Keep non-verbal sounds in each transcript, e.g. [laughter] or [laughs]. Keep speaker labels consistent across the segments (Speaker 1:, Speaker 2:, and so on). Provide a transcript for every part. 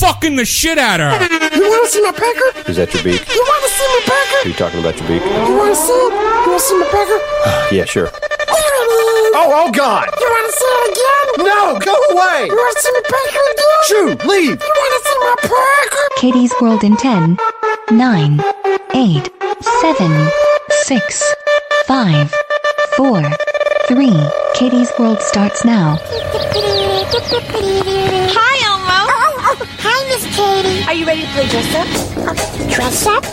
Speaker 1: fucking the shit out of her.
Speaker 2: You want to see my pecker?
Speaker 3: Is that your beak?
Speaker 2: You want to see my
Speaker 3: Are
Speaker 2: pecker?
Speaker 3: you talking about your beak?
Speaker 2: You want to see it? You want to see my pecker?
Speaker 3: Yeah, sure.
Speaker 2: Oh,
Speaker 4: Oh, oh God!
Speaker 2: you want to see it again?
Speaker 4: No, go away!
Speaker 2: You want to see my pecker again?
Speaker 4: Shoot, leave!
Speaker 2: You want to see my pecker?
Speaker 5: Katie's World in 10, 9, 8, 7, 6, 5, 4, 3. Katie's World starts now.
Speaker 6: Hi, Elmo.
Speaker 7: Oh, oh, hi, Miss Katie.
Speaker 6: Are you ready to play dress up?
Speaker 7: Dress up?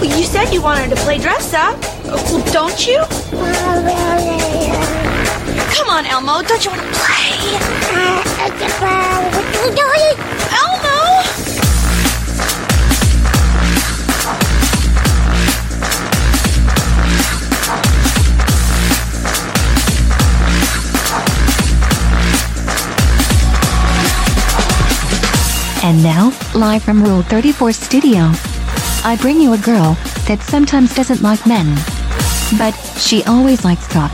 Speaker 6: Well, you said you wanted to play dress up. Uh, Well, don't you?
Speaker 7: Oh, well, uh,
Speaker 6: Come on, Elmo. Don't you want to play?
Speaker 7: uh, uh, uh, what are you doing?
Speaker 6: Elmo!
Speaker 5: And now, live from Rule 34 Studio, I bring you a girl that sometimes doesn't like men, but she always likes cock.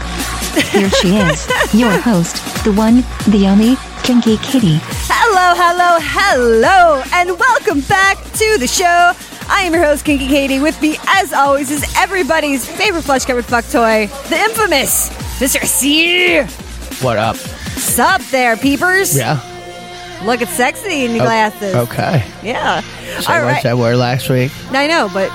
Speaker 5: Here she is, your host, the one, the only, Kinky Kitty.
Speaker 8: Hello, hello, hello, and welcome back to the show. I am your host, Kinky Katie. With me, as always, is everybody's favorite flesh covered fuck toy, the infamous Mr. C.
Speaker 9: What up?
Speaker 8: Sup there, peepers.
Speaker 9: Yeah. Oh,
Speaker 8: Looking sexy in your glasses.
Speaker 9: Okay.
Speaker 8: Yeah.
Speaker 9: So
Speaker 8: All
Speaker 9: much
Speaker 8: right.
Speaker 9: I wore last week.
Speaker 8: I know, but.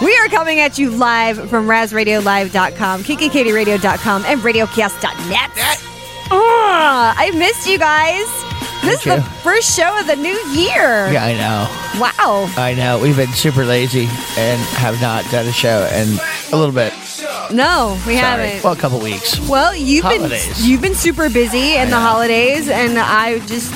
Speaker 8: we are coming at you live from RazRadioLive.com, KinkyKatieRadio.com, and RadioKiosk.net. Ah, I missed you guys. This is
Speaker 9: Thank
Speaker 8: the
Speaker 9: you.
Speaker 8: first show of the new year.
Speaker 9: Yeah, I know.
Speaker 8: Wow.
Speaker 9: I know. We've been super lazy and have not done a show in a little bit.
Speaker 8: No, we
Speaker 9: Sorry.
Speaker 8: haven't.
Speaker 9: Well, a couple weeks.
Speaker 8: Well, you've
Speaker 9: Holidays.
Speaker 8: been you've been super busy in the holidays, and I just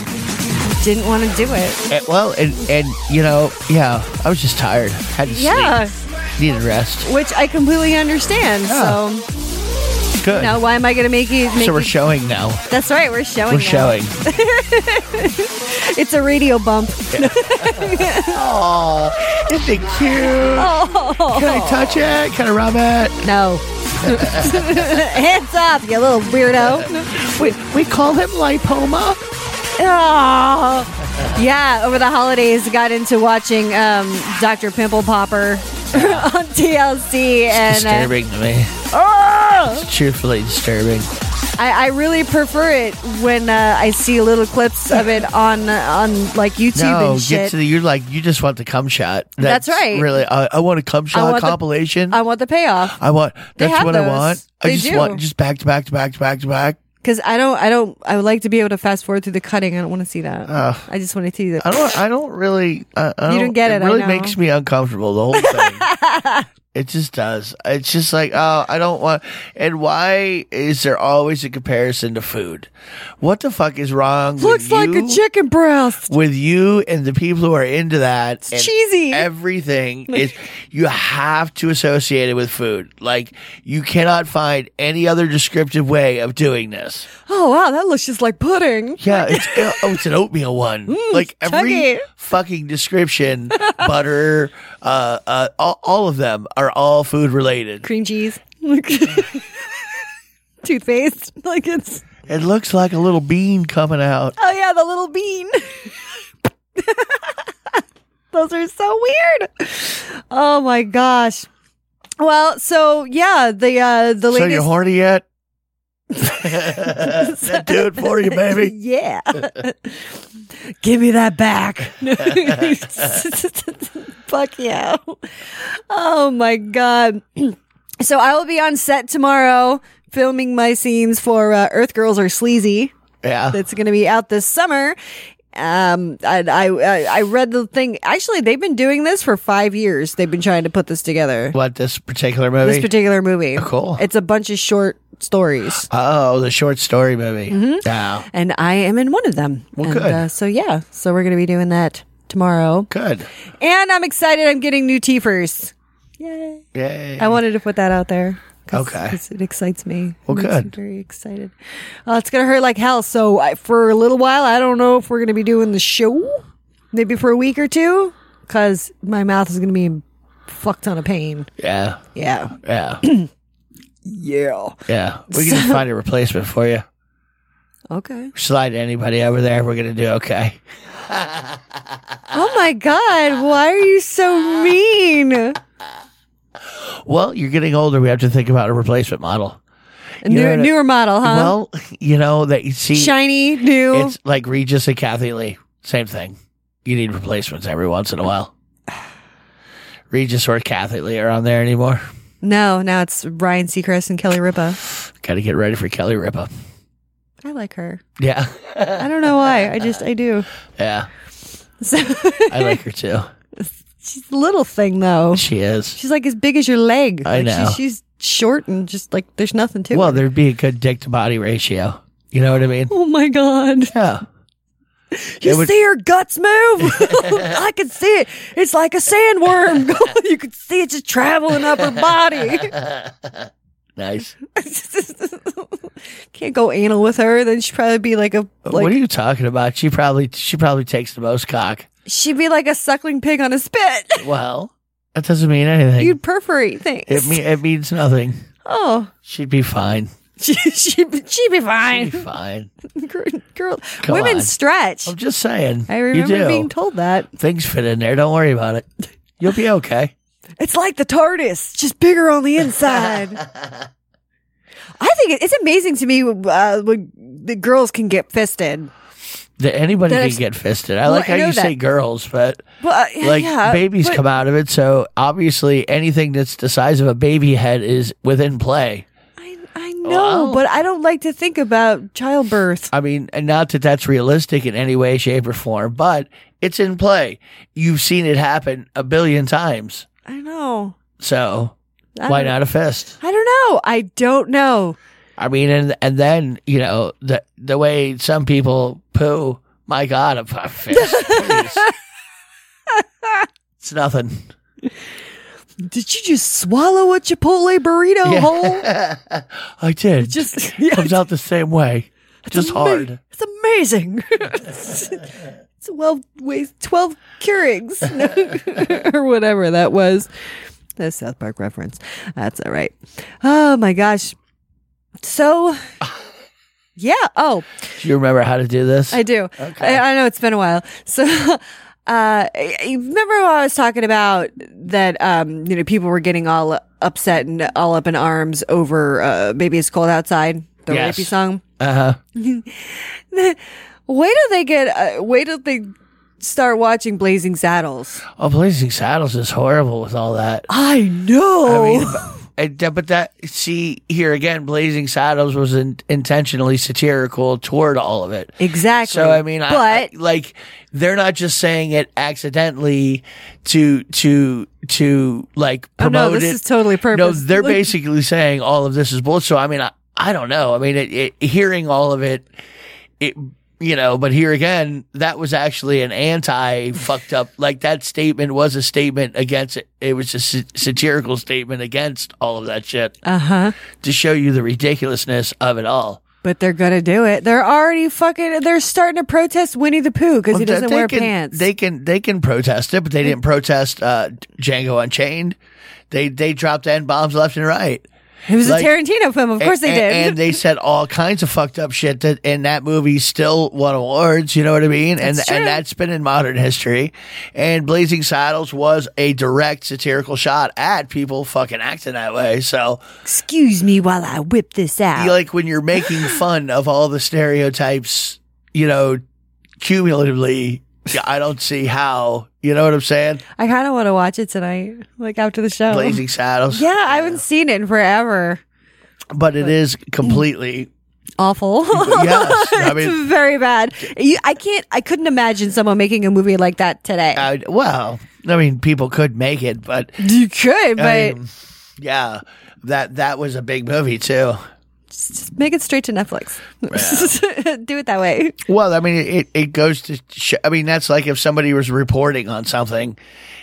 Speaker 8: didn't want to do it.
Speaker 9: And- well, and and you know, yeah, I was just tired. Had to
Speaker 8: Yeah.
Speaker 9: sleep. Needed rest.
Speaker 8: Which I completely understand.
Speaker 9: Yeah.
Speaker 8: So
Speaker 9: Good.
Speaker 8: now, why am I going to make you? Make
Speaker 9: so we're
Speaker 8: you-
Speaker 9: showing now.
Speaker 8: That's right. We're showing.
Speaker 9: We're
Speaker 8: now.
Speaker 9: showing.
Speaker 8: It's a radio bump.
Speaker 9: Isn't it cute?
Speaker 8: Oh
Speaker 9: Can I touch it? Can I rub
Speaker 8: [laughs]
Speaker 9: it?
Speaker 8: no! Hands up, you little weirdo.
Speaker 9: We, we call him lipoma.
Speaker 8: Oh. Yeah, over the holidays, got into watching um, Dr. Pimple Popper [laughs] on TLC, and uh,
Speaker 9: disturbing to me.
Speaker 8: oh!
Speaker 9: It's truthfully disturbing.
Speaker 8: I, I really prefer it when uh, I see little clips of it on on like YouTube
Speaker 9: No,
Speaker 8: and
Speaker 9: get
Speaker 8: shit.
Speaker 9: to the. You're like you just want the cum shot.
Speaker 8: That's right.
Speaker 9: Really, I, I want a cum shot
Speaker 8: want the-
Speaker 9: compilation.
Speaker 8: I want the payoff
Speaker 9: I want.
Speaker 8: They
Speaker 9: That's
Speaker 8: have
Speaker 9: what I
Speaker 8: those.
Speaker 9: want. I
Speaker 8: They
Speaker 9: just
Speaker 8: do.
Speaker 9: want just back to back to back to back to back.
Speaker 8: because I don't, I don't, I would like to be able to fast forward through the cutting. I don't want to see that. I just want to see that.
Speaker 9: Uh, I don't. I don't really. I, I
Speaker 8: You don't get it, I
Speaker 9: really
Speaker 8: know.
Speaker 9: makes me uncomfortable. The whole thing.
Speaker 8: [laughs]
Speaker 9: it just does. It's just like oh, I don't want. And why is there always a comparison to food? What the fuck is wrong? with
Speaker 8: Looks like a
Speaker 9: you?
Speaker 8: chicken breast.
Speaker 9: with you and the people who are into that and
Speaker 8: cheesy.
Speaker 9: everything is you have to associate it with food like you cannot find any other descriptive way of doing this
Speaker 8: Oh wow, that looks just like pudding.
Speaker 9: yeah it's [laughs] oh it's an oatmeal one like every
Speaker 8: chunky.
Speaker 9: fucking description butter uh uh all, all of them are all food related
Speaker 8: Cream cheese. [laughs] Toothpaste. Like it's
Speaker 9: it looks like a little bean coming out
Speaker 8: oh yeah, the little bean. [laughs] Those are so weird. Oh my gosh. Well, so yeah, the uh the
Speaker 9: so
Speaker 8: latest
Speaker 9: you're horny yet [laughs] Then do it for you baby
Speaker 8: [laughs] Yeah. Give me that back. [laughs] Fuck yeah. Oh my God. [clears throat] So I will be on set tomorrow filming my scenes for uh, Earth Girls Are Sleazy.
Speaker 9: yeah
Speaker 8: That's going to be out this summer. Um, I, I, I- I read the thing. Actually, they've been doing this for five years. They've been trying to put this together.
Speaker 9: what this particular movie
Speaker 8: This particular movie.
Speaker 9: Oh, cool.
Speaker 8: It's a bunch of short stories.
Speaker 9: Oh, the short story
Speaker 8: Mm-hmm.
Speaker 9: movie. Yeah.
Speaker 8: and I am in one of them.
Speaker 9: Well,
Speaker 8: and,
Speaker 9: good.
Speaker 8: Uh, so yeah, so we're going to be doing that tomorrow.
Speaker 9: Good.
Speaker 8: And I'm excited. I'm getting new teefers.
Speaker 9: Yay.
Speaker 8: I wanted to put that out there. 'cause-
Speaker 9: Okay.
Speaker 8: 'cause it excites me.
Speaker 9: Well,
Speaker 8: It makes me
Speaker 9: good.
Speaker 8: very excited. Uh, it's going to hurt like hell. So I, for a little while, I don't know if we're going to be doing the show. Maybe for a week or two. Because my mouth is going to be in fuck ton of pain.
Speaker 9: yeah.
Speaker 8: Yeah. [clears throat]
Speaker 9: Yeah.
Speaker 8: Yeah.
Speaker 9: Yeah. We can just find a replacement for you.
Speaker 8: Okay.
Speaker 9: Slide anybody over there. We're going to do okay.
Speaker 8: Oh my God. Why are you so mean?
Speaker 9: Well, you're getting older. We have to think about a replacement model.
Speaker 8: A
Speaker 9: You know
Speaker 8: new,
Speaker 9: what I-
Speaker 8: newer model, huh?
Speaker 9: well, you know that you see,
Speaker 8: Uh-huh. Shiny, new.
Speaker 9: it's like Regis and Kathy Lee. Same thing. You need replacements every once in a while. [sighs] Regis or Kathy Lee are on there anymore.
Speaker 8: No, now it's Ryan Seacrest and Kelly Ripa.
Speaker 9: Got to get ready for Kelly Ripa.
Speaker 8: I like her.
Speaker 9: Yeah. [laughs]
Speaker 8: I don't know why. I just I do. [laughs]
Speaker 9: yeah.
Speaker 8: So,
Speaker 9: I like her too.
Speaker 8: she's a little thing though.
Speaker 9: She is.
Speaker 8: She's like as big as your leg.
Speaker 9: I
Speaker 8: Like, she-
Speaker 9: know.
Speaker 8: She's, short and just like there's nothing to
Speaker 9: Well,
Speaker 8: her.
Speaker 9: there'd be a good dick to body ratio. You know what I mean?
Speaker 8: Oh my god!
Speaker 9: Yeah.
Speaker 8: You
Speaker 9: would-
Speaker 8: see her guts move. [laughs] I can see it. It's like a sandworm.
Speaker 9: [laughs]
Speaker 8: [laughs] you could see it just traveling up her body. [laughs]
Speaker 9: Nice.
Speaker 8: Can't go anal with her. Then she'd probably be like a
Speaker 9: what
Speaker 8: like
Speaker 9: are you talking about? She probably she probably takes the most cock.
Speaker 8: she'd be like a suckling pig on a spit. [laughs]
Speaker 9: Well, that doesn't mean anything.
Speaker 8: You'd perforate things.
Speaker 9: It, me- it means nothing.
Speaker 8: oh, [laughs]
Speaker 9: She'd be fine.
Speaker 8: she she she'd be fine. [laughs]
Speaker 9: She'd be fine.
Speaker 8: Girl, girl-
Speaker 9: Come
Speaker 8: women
Speaker 9: on.
Speaker 8: stretch.
Speaker 9: I'm just saying.
Speaker 8: I
Speaker 9: you
Speaker 8: remember
Speaker 9: do.
Speaker 8: being told that.
Speaker 9: Things fit in there. Don't worry about it. You'll be okay.
Speaker 8: It's like the TARDIS, just bigger on the
Speaker 9: [laughs]
Speaker 8: inside. I think it- it's amazing to me uh, when the girls can get fisted.
Speaker 9: That anybody
Speaker 8: That
Speaker 9: can
Speaker 8: is-
Speaker 9: get fisted. I
Speaker 8: Well,
Speaker 9: like
Speaker 8: I
Speaker 9: how you
Speaker 8: know
Speaker 9: say
Speaker 8: that.
Speaker 9: girls, but
Speaker 8: But uh,
Speaker 9: like
Speaker 8: yeah,
Speaker 9: babies
Speaker 8: but
Speaker 9: come out of it. So obviously, anything that's the size of a baby head is within play.
Speaker 8: I, I know,
Speaker 9: Well-
Speaker 8: but I don't like to think about childbirth.
Speaker 9: I mean, and not that that's realistic in any way, shape, or form, but it's in play. You've seen it happen a billion times.
Speaker 8: I know.
Speaker 9: So
Speaker 8: I
Speaker 9: why
Speaker 8: don't-
Speaker 9: not a fist?
Speaker 8: I don't know. I don't know.
Speaker 9: I mean, and and then you know the the way some people poo. My God, a
Speaker 8: [laughs]
Speaker 9: a fist. please. it's nothing.
Speaker 8: Did you just swallow a Chipotle burrito whole?
Speaker 9: [laughs] I did.
Speaker 8: Just
Speaker 9: comes out the same way, just
Speaker 8: ama-
Speaker 9: hard.
Speaker 8: It's amazing. it's twelve ways, twelve Keurigs, No, [laughs] or whatever that was. That's South Park reference. That's all right. Oh my gosh. So, yeah. Oh,
Speaker 9: Do you remember how to do this?
Speaker 8: I do. I, I know it's been a while. So, [laughs] uh, I- I- remember what I was talking about that, um, you know, people were getting all upset and all up in arms over, uh, Baby It's Cold Outside, the
Speaker 9: Yes.
Speaker 8: rapey song.
Speaker 9: Uh
Speaker 8: [laughs]
Speaker 9: huh.
Speaker 8: Wait till they get, uh, wait till they start watching Blazing Saddles.
Speaker 9: Oh, Blazing Saddles is horrible with all that.
Speaker 8: I know.
Speaker 9: I mean, but, and- but that see here again, Blazing Saddles was in, intentionally satirical toward all of it.
Speaker 8: exactly.
Speaker 9: So I mean, I-
Speaker 8: but
Speaker 9: I, like they're not just saying it accidentally to to to like
Speaker 8: Oh,
Speaker 9: promote
Speaker 8: no, this
Speaker 9: it.
Speaker 8: is totally
Speaker 9: no,
Speaker 8: purpose.
Speaker 9: they're
Speaker 8: Like-
Speaker 9: basically saying all of this is bullshit. So I mean, I, I don't know. I mean, it, it, hearing all of it, it you know, but here again, that was actually an anti fucked up. Like that statement was a statement against it. It was a sa- satirical statement against all of that shit
Speaker 8: uh huh.
Speaker 9: to show you the ridiculousness of it all.
Speaker 8: But they're gonna do it. They're already fucking. They're starting to protest Winnie the Pooh because he
Speaker 9: Well,
Speaker 8: doesn't
Speaker 9: they
Speaker 8: wear
Speaker 9: can,
Speaker 8: pants.
Speaker 9: They can they can protest it, but they didn't protest uh, Django Unchained. They they dropped n bombs left and right.
Speaker 8: it was
Speaker 9: like-
Speaker 8: a Tarantino film. Of course
Speaker 9: and,
Speaker 8: they did.
Speaker 9: and they said all kinds of fucked up shit that and that movie still won awards. You know what I mean? and
Speaker 8: That's true.
Speaker 9: and that's been in modern history. And Blazing Saddles was a direct satirical shot at people fucking acting that way. So
Speaker 8: Excuse me while I whip this out.
Speaker 9: you- like when you're
Speaker 8: [laughs]
Speaker 9: making fun of all the stereotypes, you know, cumulatively, I don't see how. You know what I'm saying?
Speaker 8: I kind of want to watch it tonight, like after the show.
Speaker 9: Blazing Saddles.
Speaker 8: Oh. Yeah, I haven't seen it in forever.
Speaker 9: But it is completely. [laughs]
Speaker 8: Awful.
Speaker 9: Yes. I mean,
Speaker 8: it's very bad. You, I can't. I couldn't imagine someone making a movie like that today.
Speaker 9: I, well, I mean, people could make it, but
Speaker 8: you could, but
Speaker 9: I mean, yeah, that that was a big movie too.
Speaker 8: Just, just make it straight to Netflix. [laughs] Do it that way.
Speaker 9: Well, I mean, it, it goes to sh I mean, that's like if somebody was reporting on something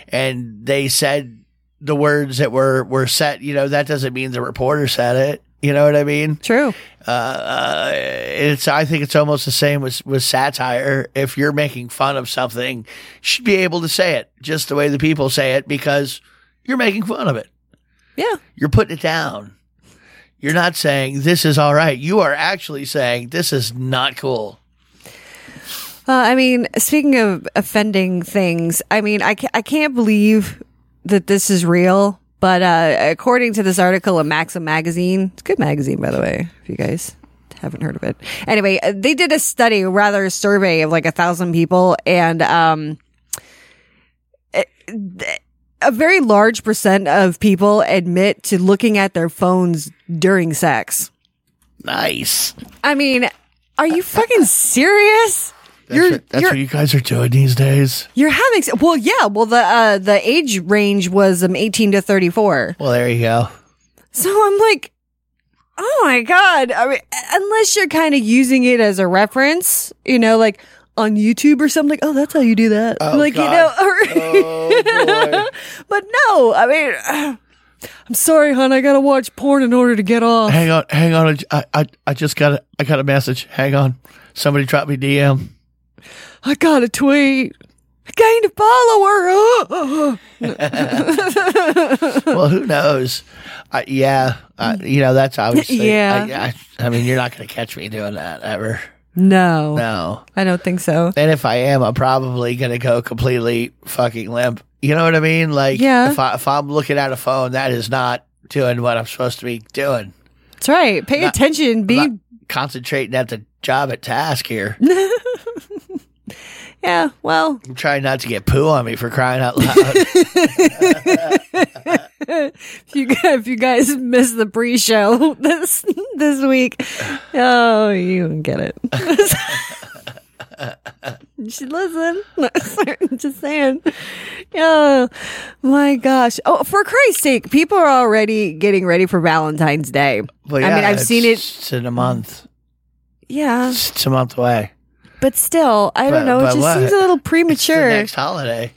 Speaker 9: and they said the words that were, were set, you know, that doesn't mean the reporter said it. You know what I mean?
Speaker 8: True.
Speaker 9: Uh, uh, it's, I think it's almost the same with, with satire. If you're making fun of something, you should be able to say it just the way the people say it because you're making fun of it.
Speaker 8: Yeah.
Speaker 9: You're putting it down. You're not saying this is all right. You are actually saying this is not cool.
Speaker 8: Uh, I mean, speaking of offending things, I mean, I, ca- I can't believe that this is real. But uh, according to this article in Maxim magazine, it's a good magazine, by the way, if you guys haven't heard of it. Anyway, uh, they did a study, or rather a survey of like a thousand people, and um, it- th- a very large percent of people admit to looking at their phones during sex.
Speaker 9: Nice.
Speaker 8: I mean, are you fucking serious?
Speaker 9: That's, what, that's what you guys are doing these days.
Speaker 8: You're having s- well, yeah. Well, the uh, the age range was um, 18 to 34.
Speaker 9: Well, there you go.
Speaker 8: So I'm like, oh my god. I mean, unless you're kind of using it as a reference, you know, like on YouTube or something. Like, oh, that's how you do that. like
Speaker 9: God.
Speaker 8: you know, [laughs] or,
Speaker 9: Oh,
Speaker 8: but no. I mean, [sighs] I'm sorry, hon. I gotta watch porn in order to get off.
Speaker 9: hang on, hang on. I, I, I just got a, I got a message. Hang on. Somebody dropped me DM.
Speaker 8: I got a tweet. I gained a follower. [gasps]
Speaker 9: Well, who knows? I, yeah, I, you know that's obviously.
Speaker 8: Yeah.
Speaker 9: I, I, I mean, you're not going to catch me doing that ever.
Speaker 8: no,
Speaker 9: No.
Speaker 8: I don't think so.
Speaker 9: And if I am, I'm probably going to go completely fucking limp. You know what I mean? Like,
Speaker 8: Yeah.
Speaker 9: if, I, if I'm looking at a phone, that is not doing what I'm supposed to be doing.
Speaker 8: That's right. Pay attention. Be
Speaker 9: Not concentrating at the job at
Speaker 8: [laughs]
Speaker 9: task here.
Speaker 8: yeah. Well,
Speaker 9: I'm trying not to get poo on me for crying out
Speaker 8: [laughs]
Speaker 9: loud.
Speaker 8: if [laughs] you gu- if you guys missed the pre-show [laughs] this this week, oh, you don't get it. [laughs] you should listen. [laughs] Just saying. Oh my gosh! Oh, for Christ's sake, people are already getting ready for Valentine's Day.
Speaker 9: Well,
Speaker 8: I mean,
Speaker 9: yeah,
Speaker 8: I've seen it.
Speaker 9: It's in a month.
Speaker 8: Yeah,
Speaker 9: It's a month away.
Speaker 8: but still, I
Speaker 9: But-
Speaker 8: don't know. It
Speaker 9: but
Speaker 8: just
Speaker 9: what?
Speaker 8: seems a little
Speaker 9: [laughs] It's the
Speaker 8: premature.
Speaker 9: next holiday.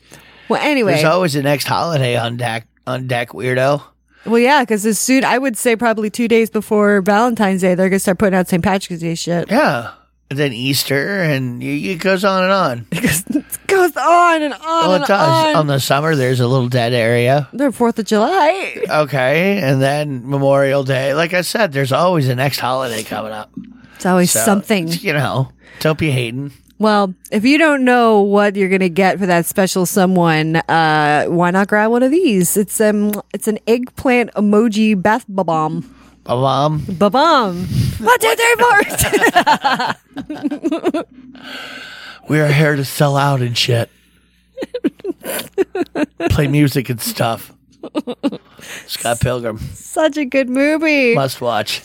Speaker 8: well, anyway,
Speaker 9: There's always the next holiday on deck, on deck, weirdo.
Speaker 8: well, yeah, because as soon I would say probably two days before Valentine's Day, they're gonna start putting out St. Patrick's Day shit.
Speaker 9: Yeah. And then Easter, and y- it goes on
Speaker 8: [laughs]
Speaker 9: and on.
Speaker 8: it goes on and on
Speaker 9: Well,
Speaker 8: and
Speaker 9: Oh, it does. Um,
Speaker 8: on.
Speaker 9: On the summer, there's a little dead area.
Speaker 8: They're Fourth of July.
Speaker 9: Okay, and then Memorial Day. Like I said, there's always the next holiday coming up.
Speaker 8: It's always
Speaker 9: So,
Speaker 8: something.
Speaker 9: You know, don't be hating.
Speaker 8: Well, if you don't know what you're gonna get for that special someone, uh, why not grab one of these? It's um, it's an eggplant emoji bath bomb.
Speaker 9: My mom.
Speaker 8: Ba bomb. One, two, three, four. [laughs]
Speaker 9: We are here to sell out
Speaker 8: [laughs]
Speaker 9: and shit. Play music and stuff. Scott Pilgrim.
Speaker 8: such a good movie.
Speaker 9: Must watch.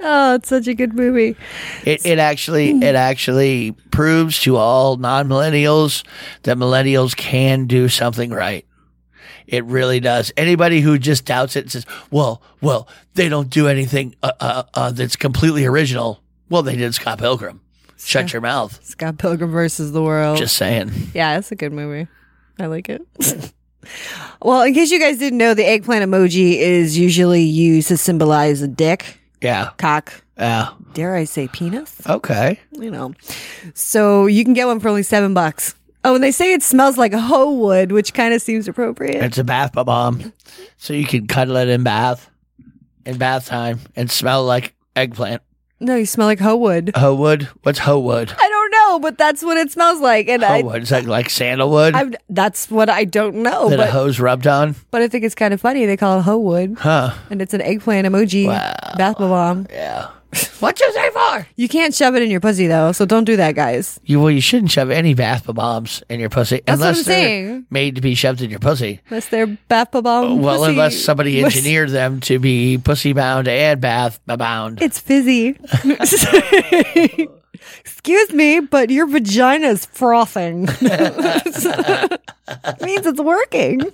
Speaker 8: Oh, it's such a good movie.
Speaker 9: It, it actually it actually proves to all non millennials that millennials can do something right. It really does. Anybody who just doubts it and says, "Well, well, they don't do anything uh, uh, uh, that's completely original." Well, they did Scott Pilgrim. Shut your mouth.
Speaker 8: Scott Pilgrim versus the World.
Speaker 9: Just saying.
Speaker 8: Yeah, that's a good movie. I like it. [laughs] well, in case you guys didn't know, the eggplant emoji is usually used to symbolize a dick,
Speaker 9: Yeah.
Speaker 8: cock,
Speaker 9: Yeah.
Speaker 8: dare I say penis?
Speaker 9: Okay.
Speaker 8: You know. So you can get one for only seven bucks. Oh, and they say it smells like hoe wood, which kind of seems appropriate.
Speaker 9: It's a bath bomb, so you can cuddle it in bath, in bath time, and smell like eggplant.
Speaker 8: No, you smell like hoe wood.
Speaker 9: Hoe wood. What's hoe wood?
Speaker 8: I don't know, but that's what it smells like, and
Speaker 9: Hoe
Speaker 8: I,
Speaker 9: wood. Is that like sandalwood?
Speaker 8: I've, that's what I don't know.
Speaker 9: that a
Speaker 8: But,
Speaker 9: hose rubbed on?
Speaker 8: but I think it's kind of funny. They call it hoe wood,
Speaker 9: Huh.
Speaker 8: and it's an eggplant emoji bath bomb.
Speaker 9: Yeah. what you say for?
Speaker 8: You can't shove it in your pussy though, so don't do that, guys.
Speaker 9: You well, you shouldn't shove any bath bombs in your pussy
Speaker 8: That's what
Speaker 9: unless
Speaker 8: I'm
Speaker 9: they're
Speaker 8: saying.
Speaker 9: made to be shoved in your pussy.
Speaker 8: Unless they're bath bomb.
Speaker 9: Well,
Speaker 8: pussy-
Speaker 9: unless somebody engineered them to be pussy bound and bath bound.
Speaker 8: It's fizzy. [laughs] Excuse me, but your vagina's frothing. [laughs] means it's working. [laughs]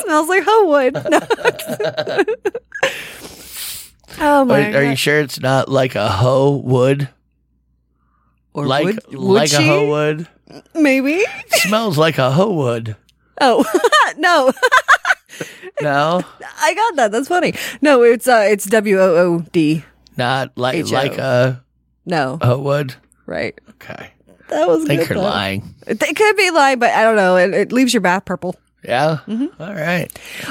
Speaker 8: Smells like hoe wood. No. [laughs] Oh
Speaker 9: Are,
Speaker 8: my
Speaker 9: are you
Speaker 8: God.
Speaker 9: sure it's not like a hoe would?
Speaker 8: Or
Speaker 9: Like
Speaker 8: would, would
Speaker 9: like
Speaker 8: she?
Speaker 9: a hoe would?
Speaker 8: Maybe.
Speaker 9: Smells like a hoe would.
Speaker 8: Oh [laughs] no, [laughs]
Speaker 9: No,
Speaker 8: I got that. That's funny. No, it's uh, it's W O O D.
Speaker 9: not like
Speaker 8: H-O.
Speaker 9: like a
Speaker 8: No,
Speaker 9: hoe would.
Speaker 8: right.
Speaker 9: Okay,
Speaker 8: That was.
Speaker 9: I think
Speaker 8: good,
Speaker 9: you're
Speaker 8: though.
Speaker 9: lying.
Speaker 8: It could be lying, but I don't know. It, it leaves your bath purple.
Speaker 9: Yeah.
Speaker 8: Mm-hmm.
Speaker 9: All right.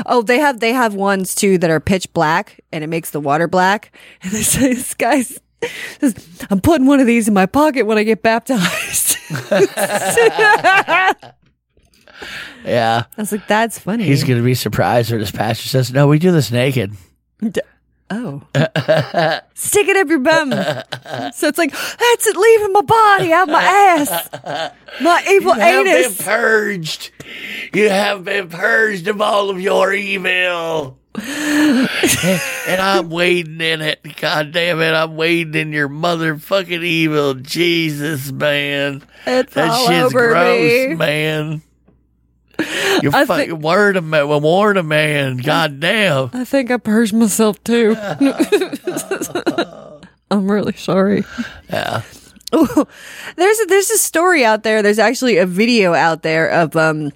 Speaker 8: Oh, they have they have ones too that are pitch black, and it makes the water black. [laughs] And this, this guy's. says, I'm putting one of these in my pocket when I get baptized. [laughs] I
Speaker 9: Yeah.
Speaker 8: was like, "That's funny."
Speaker 9: He's gonna be surprised when his pastor says, "No, we do this naked."
Speaker 8: Oh. [laughs] Stick it up your bum. so it's like, that's it leaving my body out my ass. My evil anus.
Speaker 9: purged. You have been purged of all of your evil. and I'm wading in it. God damn it, I'm wading in your motherfucking evil. Jesus, man.
Speaker 8: It's
Speaker 9: That
Speaker 8: all
Speaker 9: shit's
Speaker 8: over
Speaker 9: gross,
Speaker 8: me.
Speaker 9: man. You
Speaker 8: I
Speaker 9: fucking
Speaker 8: think-
Speaker 9: word a man, warn a man. God damn.
Speaker 8: I think I purged myself too. I'm really sorry.
Speaker 9: Yeah.
Speaker 8: Ooh, [laughs] there's a, there's a story out there. There's actually a video out there of um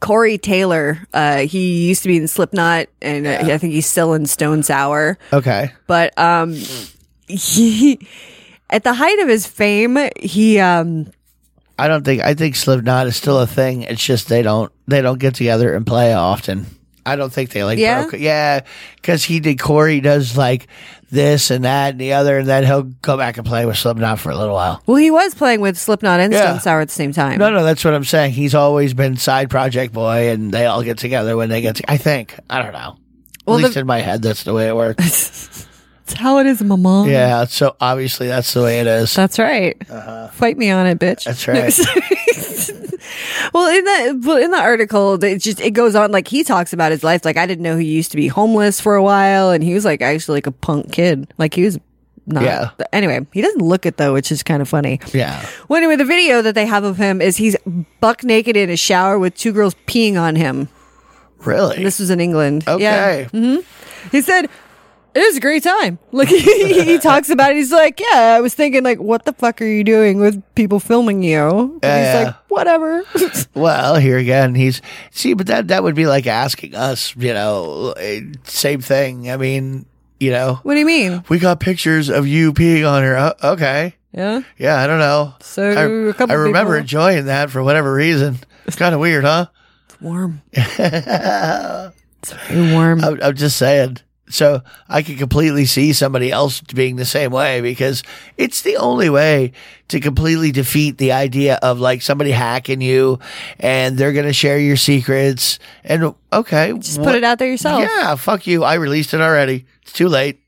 Speaker 8: Corey Taylor. Uh, he used to be in Slipknot, and uh, I think he's still in Stone Sour.
Speaker 9: Okay.
Speaker 8: but um he at the height of his fame he um
Speaker 9: I don't think I think Slipknot is still a thing. It's just they don't they don't get together and play often. I don't think they like
Speaker 8: Yeah?
Speaker 9: broke. Yeah, because he did Corey does like this and that and the other, and then he'll go back and play with Slipknot for a little while.
Speaker 8: well he was playing with Slipknot and
Speaker 9: Yeah.
Speaker 8: Stone Sour at the same time
Speaker 9: No, no, that's what I'm saying. He's always been side project boy, and they all get together when they get. To, I think I don't know.
Speaker 8: Well,
Speaker 9: At least
Speaker 8: the-
Speaker 9: in my head, that's the way it works.
Speaker 8: [laughs] that's how it is my mom
Speaker 9: yeah. So obviously, that's the way it is.
Speaker 8: that's right fight me on it bitch
Speaker 9: Uh-huh. That's
Speaker 8: [laughs]
Speaker 9: right.
Speaker 8: well in the well, in the article it just it goes on like he talks about his life like I didn't know he used to be homeless for a while and he was like actually like a punk kid like he was not
Speaker 9: Yeah.
Speaker 8: anyway he doesn't look it though which is kind of funny
Speaker 9: Yeah.
Speaker 8: Well, anyway, the video that they have of him is he's buck naked in a shower with two girls peeing on him.
Speaker 9: Really.
Speaker 8: This was in England.
Speaker 9: okay.
Speaker 8: Yeah. He said, it was a great time. Like, [laughs] he, he talks about it. He's like, yeah, I was thinking, like, what the fuck are you doing with people filming you? And
Speaker 9: Yeah,
Speaker 8: he's
Speaker 9: yeah.
Speaker 8: like, whatever. [laughs]
Speaker 9: Well, here again, he's see, but that that would be like asking us, you know, eh, same thing. I mean, you know,
Speaker 8: what do you mean?
Speaker 9: we got pictures of you peeing on her. Oh, okay,
Speaker 8: Yeah.
Speaker 9: yeah, I don't know.
Speaker 8: So,
Speaker 9: I,
Speaker 8: a couple
Speaker 9: I remember
Speaker 8: people-
Speaker 9: enjoying that for whatever reason. It's kind of weird, huh?
Speaker 8: It's
Speaker 9: [laughs]
Speaker 8: warm. it's very warm.
Speaker 9: I'm, I'm just saying. So I can completely see somebody else being the same way because it's the only way to completely defeat the idea of like somebody hacking you and they're going to share your secrets. And okay,
Speaker 8: Just put it out there yourself.
Speaker 9: Yeah, fuck you. I released it already. It's too late.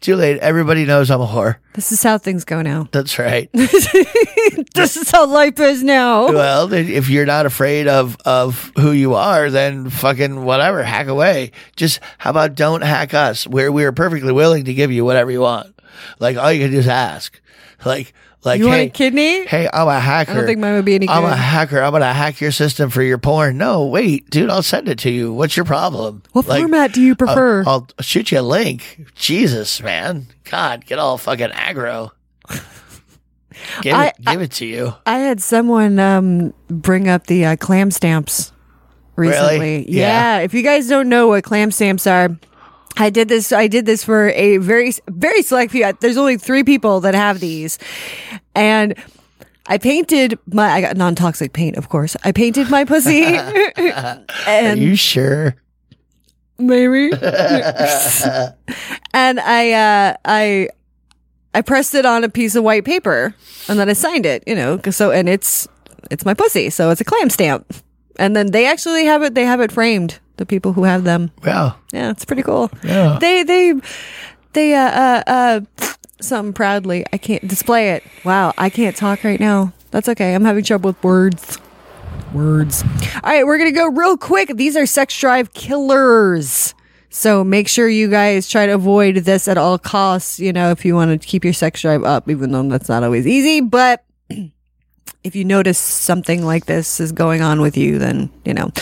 Speaker 9: Too late. Everybody knows I'm a whore. [laughs]
Speaker 8: This is how things go now. [laughs]
Speaker 9: That's right.
Speaker 8: this is how life is now.
Speaker 9: well, then if you're not afraid of of who you are, then fucking whatever, hack away. Just how about don't hack us, where we are perfectly willing to give you whatever you want. Like all you can do is ask. Like like
Speaker 8: You
Speaker 9: hey,
Speaker 8: want a kidney?
Speaker 9: Hey, I'm a hacker.
Speaker 8: think mine would be any
Speaker 9: I'm a
Speaker 8: good.
Speaker 9: hacker. I'm gonna hack your system for your porn. No, wait, dude, I'll send it to you. What's your problem?
Speaker 8: What format do you
Speaker 9: I'll-
Speaker 8: prefer?
Speaker 9: I'll, shoot you a link. Jesus, man. God, get all fucking aggro. give
Speaker 8: I-
Speaker 9: it, give it to you.
Speaker 8: I had someone um, bring up the uh, clam stamps recently.
Speaker 9: Yeah.
Speaker 8: Yeah. If you guys don't know what clam stamps are, I did this. I did this for a very, very select few. There's only three people that have these, and I painted my. I got non toxic paint, of course. I painted my pussy, and
Speaker 9: Are you sure?
Speaker 8: maybe. and I uh, I I pressed it on a piece of white paper and then I signed it, you know, 'cause so and it's it's my pussy, so it's a clam stamp. And then they actually have it they have it framed, the people who have them.
Speaker 9: Well,
Speaker 8: Yeah, it's pretty cool.
Speaker 9: Yeah.
Speaker 8: They they they uh uh uh something proudly. I can't display it. Wow, I can't talk right now. That's okay. I'm having trouble with words. Words. All right, we're going to go real quick. These are sex drive killers. So make sure you guys try to avoid this at all costs, you know, if you want to keep your sex drive up, even though that's not always easy, but [clears throat] if you notice something like this is going on with you, then, you know,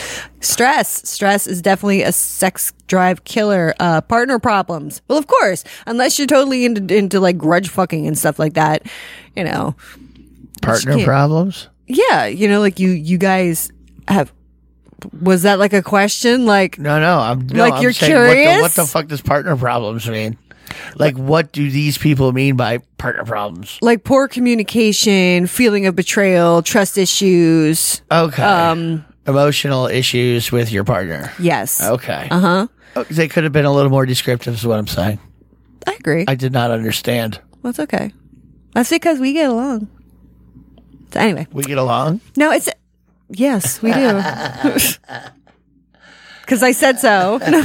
Speaker 8: stress. Stress is definitely a sex drive killer. Uh, partner problems. Well, of course, unless you're totally into, into like grudge fucking and stuff like that, you know.
Speaker 9: Partner
Speaker 8: can't-
Speaker 9: problems?
Speaker 8: Yeah. You know, like you, you guys have, was that like a question? Like,
Speaker 9: No, no. I'm no,
Speaker 8: Like
Speaker 9: I'm
Speaker 8: you're
Speaker 9: saying, what the-
Speaker 8: curious?
Speaker 9: What the, fuck does partner problems mean? Like, what do these people mean by partner problems?
Speaker 8: like poor communication, feeling of betrayal, trust issues.
Speaker 9: Okay.
Speaker 8: Um,
Speaker 9: Emotional issues with your partner.
Speaker 8: yes.
Speaker 9: Okay. Uh
Speaker 8: Uh-huh.
Speaker 9: huh. They could have been a little more descriptive, is what I'm saying.
Speaker 8: I agree.
Speaker 9: I did not understand.
Speaker 8: That's okay. That's because we get along. So anyway,
Speaker 9: We get along?
Speaker 8: no, it's yes, we
Speaker 9: [laughs]
Speaker 8: do. Because I said so. [laughs] they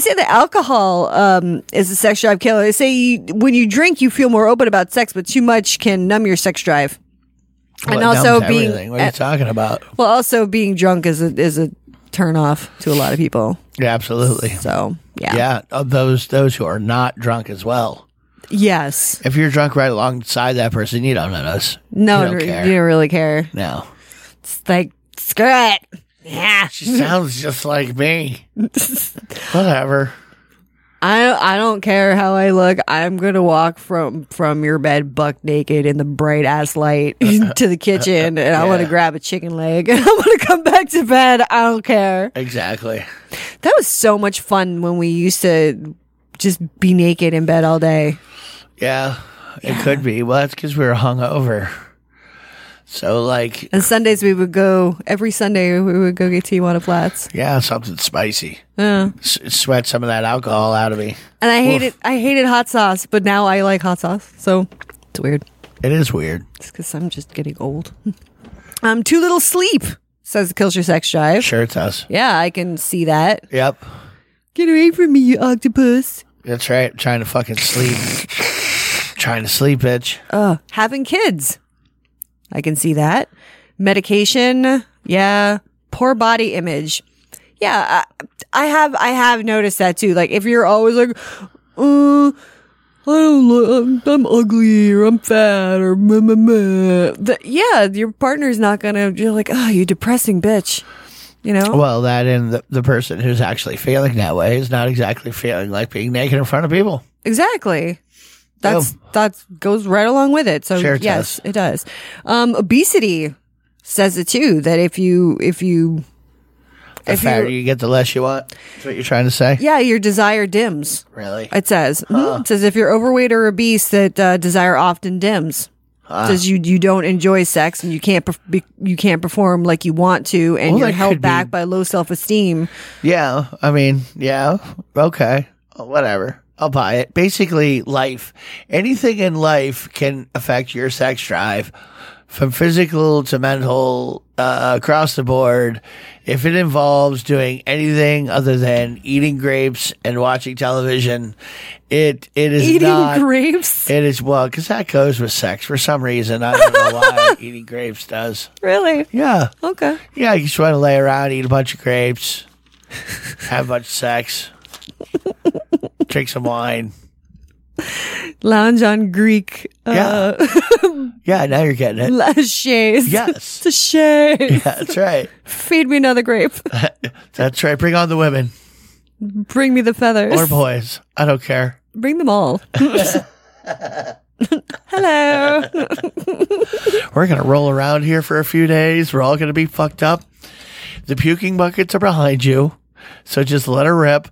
Speaker 8: say that alcohol um, is a sex drive killer. They say you, when you drink, you feel more open about sex, but too much can numb your sex drive. and
Speaker 9: Well, it
Speaker 8: also
Speaker 9: numbs
Speaker 8: being
Speaker 9: everything. What are you
Speaker 8: uh,
Speaker 9: talking about?
Speaker 8: well, also being drunk is a is a turn off to a lot of people.
Speaker 9: Yeah, absolutely.
Speaker 8: So yeah,
Speaker 9: Yeah, of those those who are not drunk as well.
Speaker 8: yes,
Speaker 9: If you're drunk right alongside that person, you don't notice.
Speaker 8: no,
Speaker 9: you don't
Speaker 8: one re-
Speaker 9: care.
Speaker 8: you don't really care.
Speaker 9: No,
Speaker 8: It's like screw it. Yeah,
Speaker 9: she sounds just
Speaker 8: [laughs]
Speaker 9: like me. Whatever.
Speaker 8: I I don't care how I look. I'm gonna walk from from your bed buck naked in the bright ass light [laughs] to the kitchen, and I want to grab a chicken leg [laughs] and I want to come back to bed. I don't care.
Speaker 9: Exactly.
Speaker 8: That was so much fun when we used to just be naked in bed all day.
Speaker 9: Yeah, it could be. Well, that's because we were hungover. So, like,
Speaker 8: And Sundays we would go every Sunday we would go get Tijuana Flats.
Speaker 9: yeah, something spicy. S- sweat some of that alcohol out of me.
Speaker 8: And I hated I hated hot sauce, but now I like hot sauce. So it's weird.
Speaker 9: It is weird.
Speaker 8: It's because I'm just getting old. [laughs] um, too little sleep says it kills your sex drive.
Speaker 9: Sure, it does.
Speaker 8: Yeah, I can see that.
Speaker 9: Yep,
Speaker 8: Get away from me, you octopus.
Speaker 9: that's right. trying to fucking sleep. trying to sleep, bitch.
Speaker 8: Having kids. I can see that. Medication. Yeah. Poor body image. Yeah, I, I have I have noticed that too. Like if you're always like, uh, I don't look, I'm, I'm ugly or I'm fat or meh, meh, meh. The, yeah, your partner's not gonna. You're like, oh, you depressing bitch. You know.
Speaker 9: Well, that and the, the person who's actually feeling that way is not exactly feeling like being naked in front of people.
Speaker 8: Exactly.
Speaker 9: Oh.
Speaker 8: That's that goes right along with it. So
Speaker 9: Sure it
Speaker 8: yes,
Speaker 9: does.
Speaker 8: it does. Um, obesity says it too that if you if you
Speaker 9: The
Speaker 8: If
Speaker 9: fatter
Speaker 8: you-
Speaker 9: you, get, the less you want. That's what you're trying to say?
Speaker 8: yeah your desire dims.
Speaker 9: Really?
Speaker 8: It says Mhm. it says if you're overweight or obese that uh, desire often dims. It Says you you don't enjoy sex and you can't perf- be, you can't perform like you want to and
Speaker 9: Well,
Speaker 8: you're
Speaker 9: that
Speaker 8: held
Speaker 9: could be-
Speaker 8: back by low self esteem.
Speaker 9: yeah. I mean, yeah. Okay. Whatever. I'll buy it. Basically, life, anything in life can affect your sex drive from physical to mental uh, across the board. If it involves doing anything other than eating grapes and watching television, it it is
Speaker 8: Eating
Speaker 9: not
Speaker 8: grapes,
Speaker 9: [laughs] It is well because that goes with sex for some reason. I don't know why eating grapes does.
Speaker 8: really?
Speaker 9: Yeah,
Speaker 8: Okay.
Speaker 9: yeah. You just want to lay around, eat a bunch of grapes, have a bunch of sex, drink some wine.
Speaker 8: Lounge on Greek [laughs]
Speaker 9: Yeah, yeah. Now you're getting it.
Speaker 8: uh, chaise.
Speaker 9: Yes,
Speaker 8: The chaise.
Speaker 9: yeah, that's right.
Speaker 8: Feed me another grape.
Speaker 9: That's right. Bring on the women
Speaker 8: Bring me the feathers.
Speaker 9: or boys. I don't care.
Speaker 8: Bring them all. [laughs] Hello.
Speaker 9: We're gonna roll around here for a few days. We're all gonna be fucked up. The puking buckets are behind you, so just let her rip.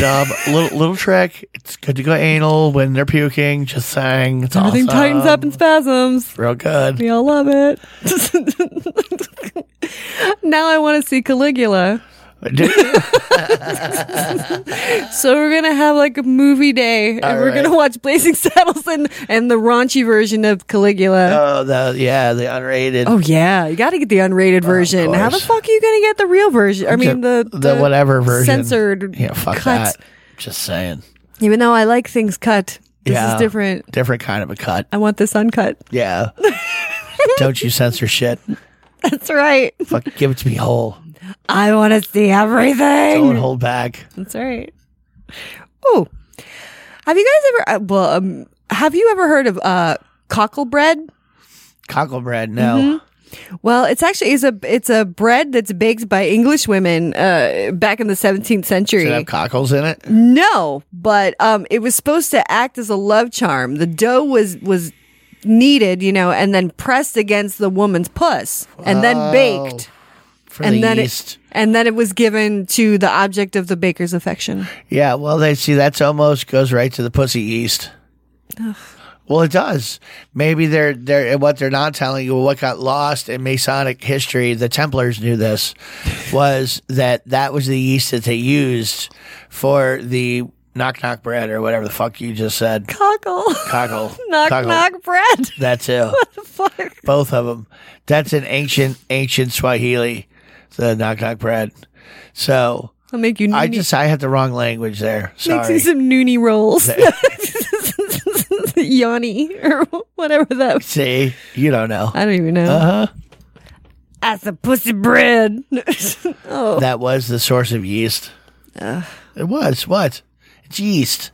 Speaker 8: [laughs]
Speaker 9: um, little little trick: it's good to go anal when they're puking. Just saying, it's
Speaker 8: Everything
Speaker 9: awesome.
Speaker 8: tightens up in spasms.
Speaker 9: real good.
Speaker 8: We all love it. [laughs] now I want to see Caligula.
Speaker 9: [laughs]
Speaker 8: So we're gonna have like a movie day, and we're
Speaker 9: right.
Speaker 8: gonna watch Blazing [laughs] Saddles and, and the raunchy version of Caligula.
Speaker 9: oh, the yeah, the unrated.
Speaker 8: oh yeah, you got to get the unrated version. How the
Speaker 9: course.
Speaker 8: fuck are you gonna get the real version? I mean the
Speaker 9: the, whatever version,
Speaker 8: censored
Speaker 9: Yeah, fuck
Speaker 8: cut.
Speaker 9: that. Just saying,
Speaker 8: Even though I like things cut, this
Speaker 9: Yeah.
Speaker 8: is different.
Speaker 9: different kind of a cut.
Speaker 8: I want this uncut. [laughs]
Speaker 9: Yeah. Don't you censor shit.
Speaker 8: That's right.
Speaker 9: Fuck, give it to me whole.
Speaker 8: I want to see everything.
Speaker 9: Don't hold back.
Speaker 8: That's right. Oh, have you guys ever? uh, Well, um, have you ever heard of uh, cockle bread?
Speaker 9: cockle bread. No.
Speaker 8: Mm-hmm. Well, it's actually it's a it's a bread that's baked by English women uh, back in the 17th century.
Speaker 9: Did it have cockles in it?
Speaker 8: No, but um, it was supposed to act as a love charm. The dough was was kneaded, you know, and then pressed against the woman's puss, and then baked,
Speaker 9: For
Speaker 8: and
Speaker 9: the
Speaker 8: then
Speaker 9: yeast.
Speaker 8: it and then it was given to the object of the baker's affection.
Speaker 9: Yeah, well, they see that's almost goes right to the pussy yeast. Well, it does. Maybe they're they're and what they're not telling you. What got lost in Masonic history, the Templars knew this, was that that was the yeast that they used for the knock knock bread or whatever the fuck you just said. [laughs]
Speaker 8: Cockle,
Speaker 9: Cockle,
Speaker 8: [laughs] knock
Speaker 9: cockle.
Speaker 8: knock bread. [laughs]
Speaker 9: That too.
Speaker 8: Fuck.
Speaker 9: Both of them. That's an ancient ancient Swahili, the knock knock bread. So
Speaker 8: I'll make you. Noonie.
Speaker 9: I just I had the wrong language there.
Speaker 8: makes
Speaker 9: Sorry.
Speaker 8: you some noonie
Speaker 9: [laughs]
Speaker 8: rolls. [laughs] Yanni or whatever that was.
Speaker 9: See, you don't know.
Speaker 8: I don't even know.
Speaker 9: Uh-huh.
Speaker 8: That's a pussy bread. [laughs] oh.
Speaker 9: That was the source of yeast. It was what? It's yeast.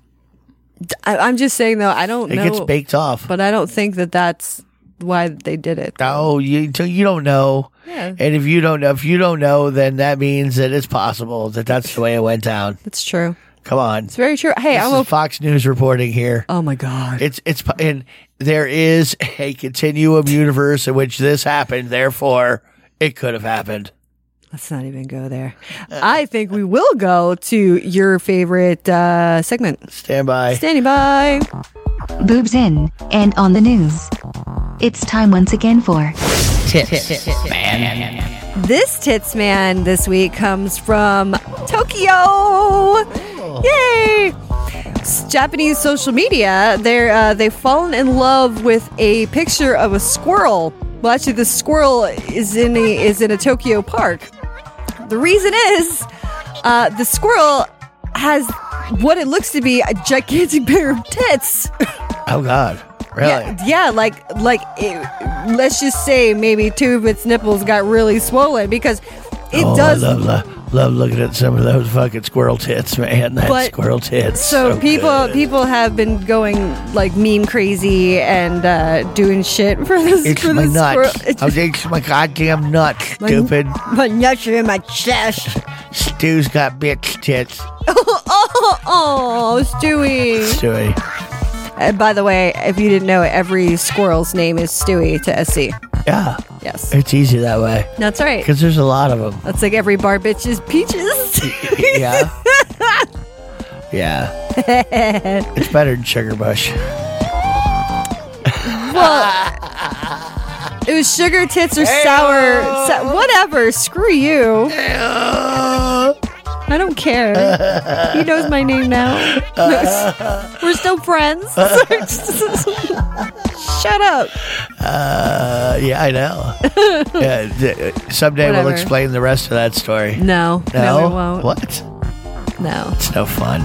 Speaker 8: I, I'm just saying though, I don't
Speaker 9: It
Speaker 8: know.
Speaker 9: gets baked off.
Speaker 8: but I don't think that that's why they did it.
Speaker 9: no, Oh, you until you don't know.
Speaker 8: Yeah.
Speaker 9: And if you don't know, if you don't know, then that means that it's possible that that's the way it went down.
Speaker 8: That's true.
Speaker 9: Come on,
Speaker 8: It's very true. Hey,
Speaker 9: this
Speaker 8: I'm
Speaker 9: is
Speaker 8: a.
Speaker 9: Fox News reporting here.
Speaker 8: oh my god.
Speaker 9: It's it's po- and there is a continuum universe in which this happened. Therefore, it could have happened.
Speaker 8: Let's not even go there.
Speaker 9: Uh.
Speaker 8: I think we will go to your favorite uh, segment.
Speaker 9: Stand by.
Speaker 8: Standing by.
Speaker 5: Boobs in and on the news. It's time once again for
Speaker 8: This tits man this week comes from Tokyo. Yay! S- Japanese social media, they're, uh, they've fallen in love with a picture of a squirrel. Well, actually, the squirrel is in a, is in a Tokyo park. The reason is uh, the squirrel has what it looks to be a gigantic pair of tits.
Speaker 9: oh God, really?
Speaker 8: Yeah, yeah, like like it, let's just say maybe two of its nipples got really swollen because it
Speaker 9: oh,
Speaker 8: does.
Speaker 9: I love, love love looking at some of those fucking squirrel tits, man. [laughs] That
Speaker 8: But-
Speaker 9: squirrel tits.
Speaker 8: so people
Speaker 9: good.
Speaker 8: people have been going like meme crazy and uh, doing shit for this
Speaker 9: It's
Speaker 8: for
Speaker 9: my
Speaker 8: this
Speaker 9: nuts.
Speaker 8: squirrel. It's
Speaker 9: I'm it's my goddamn nuts,
Speaker 8: [laughs] my-
Speaker 9: stupid.
Speaker 8: My nuts are in my
Speaker 9: [laughs]
Speaker 8: chest.
Speaker 9: Stu's got bitch tits.
Speaker 8: oh, [laughs] oh, oh, Stewie.
Speaker 9: Stewie.
Speaker 8: And by the way, if you didn't know, every squirrel's name is Stewie to SC.
Speaker 9: Yeah,
Speaker 8: Yes,
Speaker 9: it's easy that way
Speaker 8: that's right.
Speaker 9: because there's a lot of them.
Speaker 8: [laughs] That's like every bar bitch is peaches. [laughs]
Speaker 9: Yeah. yeah. it's better than
Speaker 8: [laughs]
Speaker 9: sugar bush.
Speaker 8: It was sugar tits or sour, sa- whatever. Screw you. I don't care. he knows my name now. [laughs] We're still friends. [laughs] Shut up.
Speaker 9: Uh, yeah, I
Speaker 8: [laughs]
Speaker 9: know. yeah, th- someday
Speaker 8: Whatever.
Speaker 9: we'll explain the rest of that story.
Speaker 8: No, no,
Speaker 9: No,
Speaker 8: we won't.
Speaker 9: what?
Speaker 8: No.
Speaker 9: It's no fun.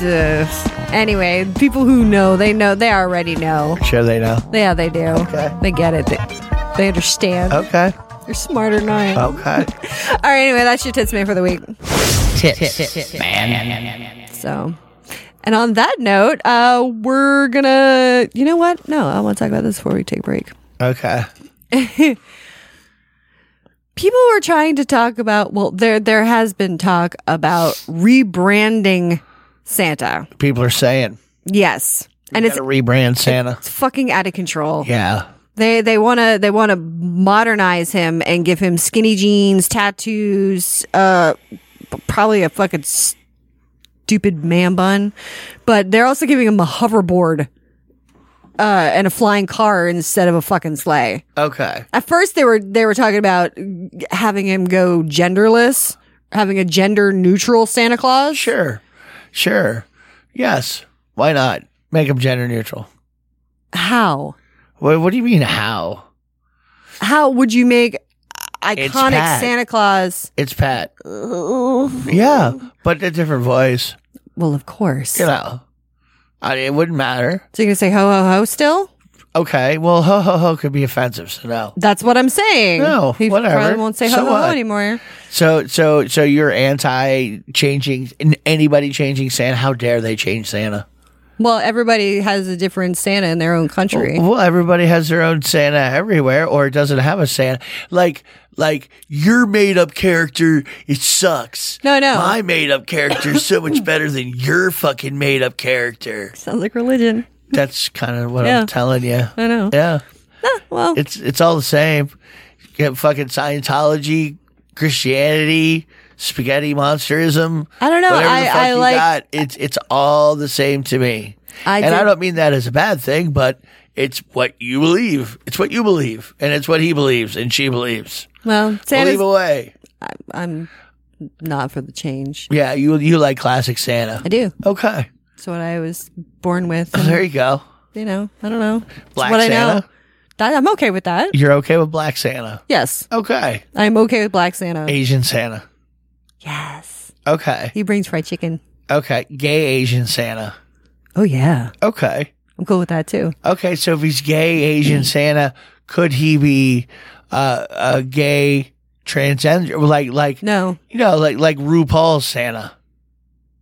Speaker 8: Duh. Anyway, people who know, they know. They already know.
Speaker 9: Sure, they know.
Speaker 8: Yeah, they do.
Speaker 9: Okay. Oh.
Speaker 8: They get it. They, they understand.
Speaker 9: Okay.
Speaker 8: You're smarter than I am.
Speaker 9: Okay.
Speaker 8: All right, anyway, that's your tits man for the week. Tits, man. So, and on that note, uh, we're gonna, you know what? No, I want to talk about this before we take a break.
Speaker 9: Okay.
Speaker 8: People were trying to talk about. Well, there there has been talk about rebranding Santa.
Speaker 9: People are saying
Speaker 8: Yes, and it's
Speaker 9: to rebrand Santa.
Speaker 8: fucking out of control.
Speaker 9: Yeah.
Speaker 8: They they want to they want to modernize him and give him skinny jeans, tattoos, uh p- probably a fucking stupid man bun, but they're also giving him a hoverboard uh and a flying car instead of a fucking sleigh.
Speaker 9: Okay.
Speaker 8: At first they were they were talking about having him go genderless, having a gender neutral Santa Claus.
Speaker 9: Sure. Sure. Yes. Why not make them gender neutral?
Speaker 8: How?
Speaker 9: What, what do you mean? How?
Speaker 8: How would you make iconic
Speaker 9: Pat.
Speaker 8: Santa Claus?
Speaker 9: It's Pat. yeah, but a different voice.
Speaker 8: Well, of course.
Speaker 9: You know, I, it wouldn't matter.
Speaker 8: So you're gonna say ho ho ho still?
Speaker 9: Okay. Well, ho ho ho could be offensive. So no.
Speaker 8: That's what I'm saying.
Speaker 9: No,
Speaker 8: he
Speaker 9: whatever.
Speaker 8: probably won't say ho
Speaker 9: So
Speaker 8: ho ho
Speaker 9: what?
Speaker 8: anymore.
Speaker 9: So so so you're anti changing anybody changing Santa? How dare they change Santa?
Speaker 8: Well, everybody has a different Santa in their own country.
Speaker 9: Well, everybody has their own Santa everywhere, or doesn't have a Santa. Like, like your made up character, it sucks.
Speaker 8: No, no.
Speaker 9: my made up character is
Speaker 8: [laughs]
Speaker 9: so much better than your fucking made up character.
Speaker 8: Sounds like religion.
Speaker 9: That's kind of what
Speaker 8: Yeah.
Speaker 9: I'm telling you.
Speaker 8: I know.
Speaker 9: Yeah,
Speaker 8: Ah, well,
Speaker 9: it's it's all the same. You have fucking Scientology, Christianity, spaghetti monsterism.
Speaker 8: I don't know.
Speaker 9: Whatever
Speaker 8: I-
Speaker 9: the fuck
Speaker 8: I
Speaker 9: you
Speaker 8: like-
Speaker 9: got, it's it's all the same to me.
Speaker 8: I
Speaker 9: and I
Speaker 8: did-
Speaker 9: don't mean that as a bad thing, but it's what you believe. It's what you believe, and it's what he believes and she believes.
Speaker 8: well,
Speaker 9: believe
Speaker 8: Santa's.
Speaker 9: away.
Speaker 8: I'm not for the change.
Speaker 9: Yeah, you you like classic Santa.
Speaker 8: I do.
Speaker 9: Okay,
Speaker 8: It's what I was born with. and,
Speaker 9: there you go.
Speaker 8: you know, I don't know. It's
Speaker 9: Black
Speaker 8: what I know.
Speaker 9: Santa?
Speaker 8: That, I'm okay with that.
Speaker 9: You're okay with Black Santa.
Speaker 8: Yes,
Speaker 9: Okay,
Speaker 8: I'm okay with Black Santa.
Speaker 9: Asian Santa.
Speaker 8: Yes,
Speaker 9: Okay,
Speaker 8: he brings fried chicken.
Speaker 9: okay, gay Asian Santa.
Speaker 8: Oh yeah,
Speaker 9: Okay.
Speaker 8: I'm cool with that too.
Speaker 9: Okay, so if he's gay, Asian Santa, could he be uh, a gay transgender, like like
Speaker 8: No,
Speaker 9: you know, like like RuPaul's Santa? [laughs]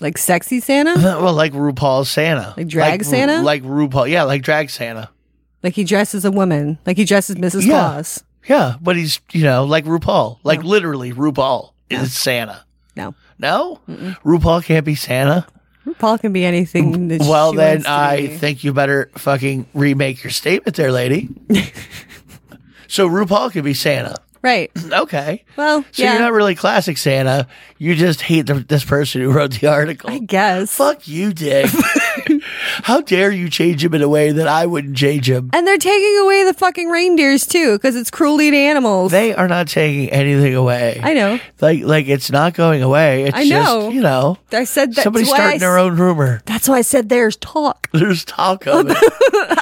Speaker 8: like sexy Santa,
Speaker 9: well, like RuPaul's Santa,
Speaker 8: Like drag
Speaker 9: Ru-
Speaker 8: Santa?
Speaker 9: like RuPaul, yeah, like drag Santa,
Speaker 8: like he dresses a woman, like he dresses Mrs.
Speaker 9: Yeah.
Speaker 8: Claus.
Speaker 9: yeah. But he's you know like RuPaul, like literally RuPaul is Santa.
Speaker 8: No,
Speaker 9: No, RuPaul can't be Santa.
Speaker 8: Paul can be anything. That
Speaker 9: Well,
Speaker 8: she
Speaker 9: then
Speaker 8: wants to
Speaker 9: I
Speaker 8: be.
Speaker 9: think you better fucking remake your statement there,
Speaker 8: [laughs]
Speaker 9: lady. so RuPaul could be Santa.
Speaker 8: right.
Speaker 9: Okay.
Speaker 8: Well,
Speaker 9: So
Speaker 8: yeah,
Speaker 9: you're not really classic Santa. You just hate the, this person who wrote the article.
Speaker 8: I guess.
Speaker 9: Fuck
Speaker 8: [laughs]
Speaker 9: you, Dick. How dare you change him in a way that I wouldn't change him?
Speaker 8: And they're taking away the fucking reindeers too, because it's cruelty to animals.
Speaker 9: They are not taking anything away.
Speaker 8: I know.
Speaker 9: Like, like it's not going away. It's
Speaker 8: I know.
Speaker 9: just, you know,
Speaker 8: I said that's
Speaker 9: somebody's
Speaker 8: why I
Speaker 9: starting their
Speaker 8: s-
Speaker 9: own rumor. [laughs]
Speaker 8: That's why I said there's talk.
Speaker 9: There's talk of it.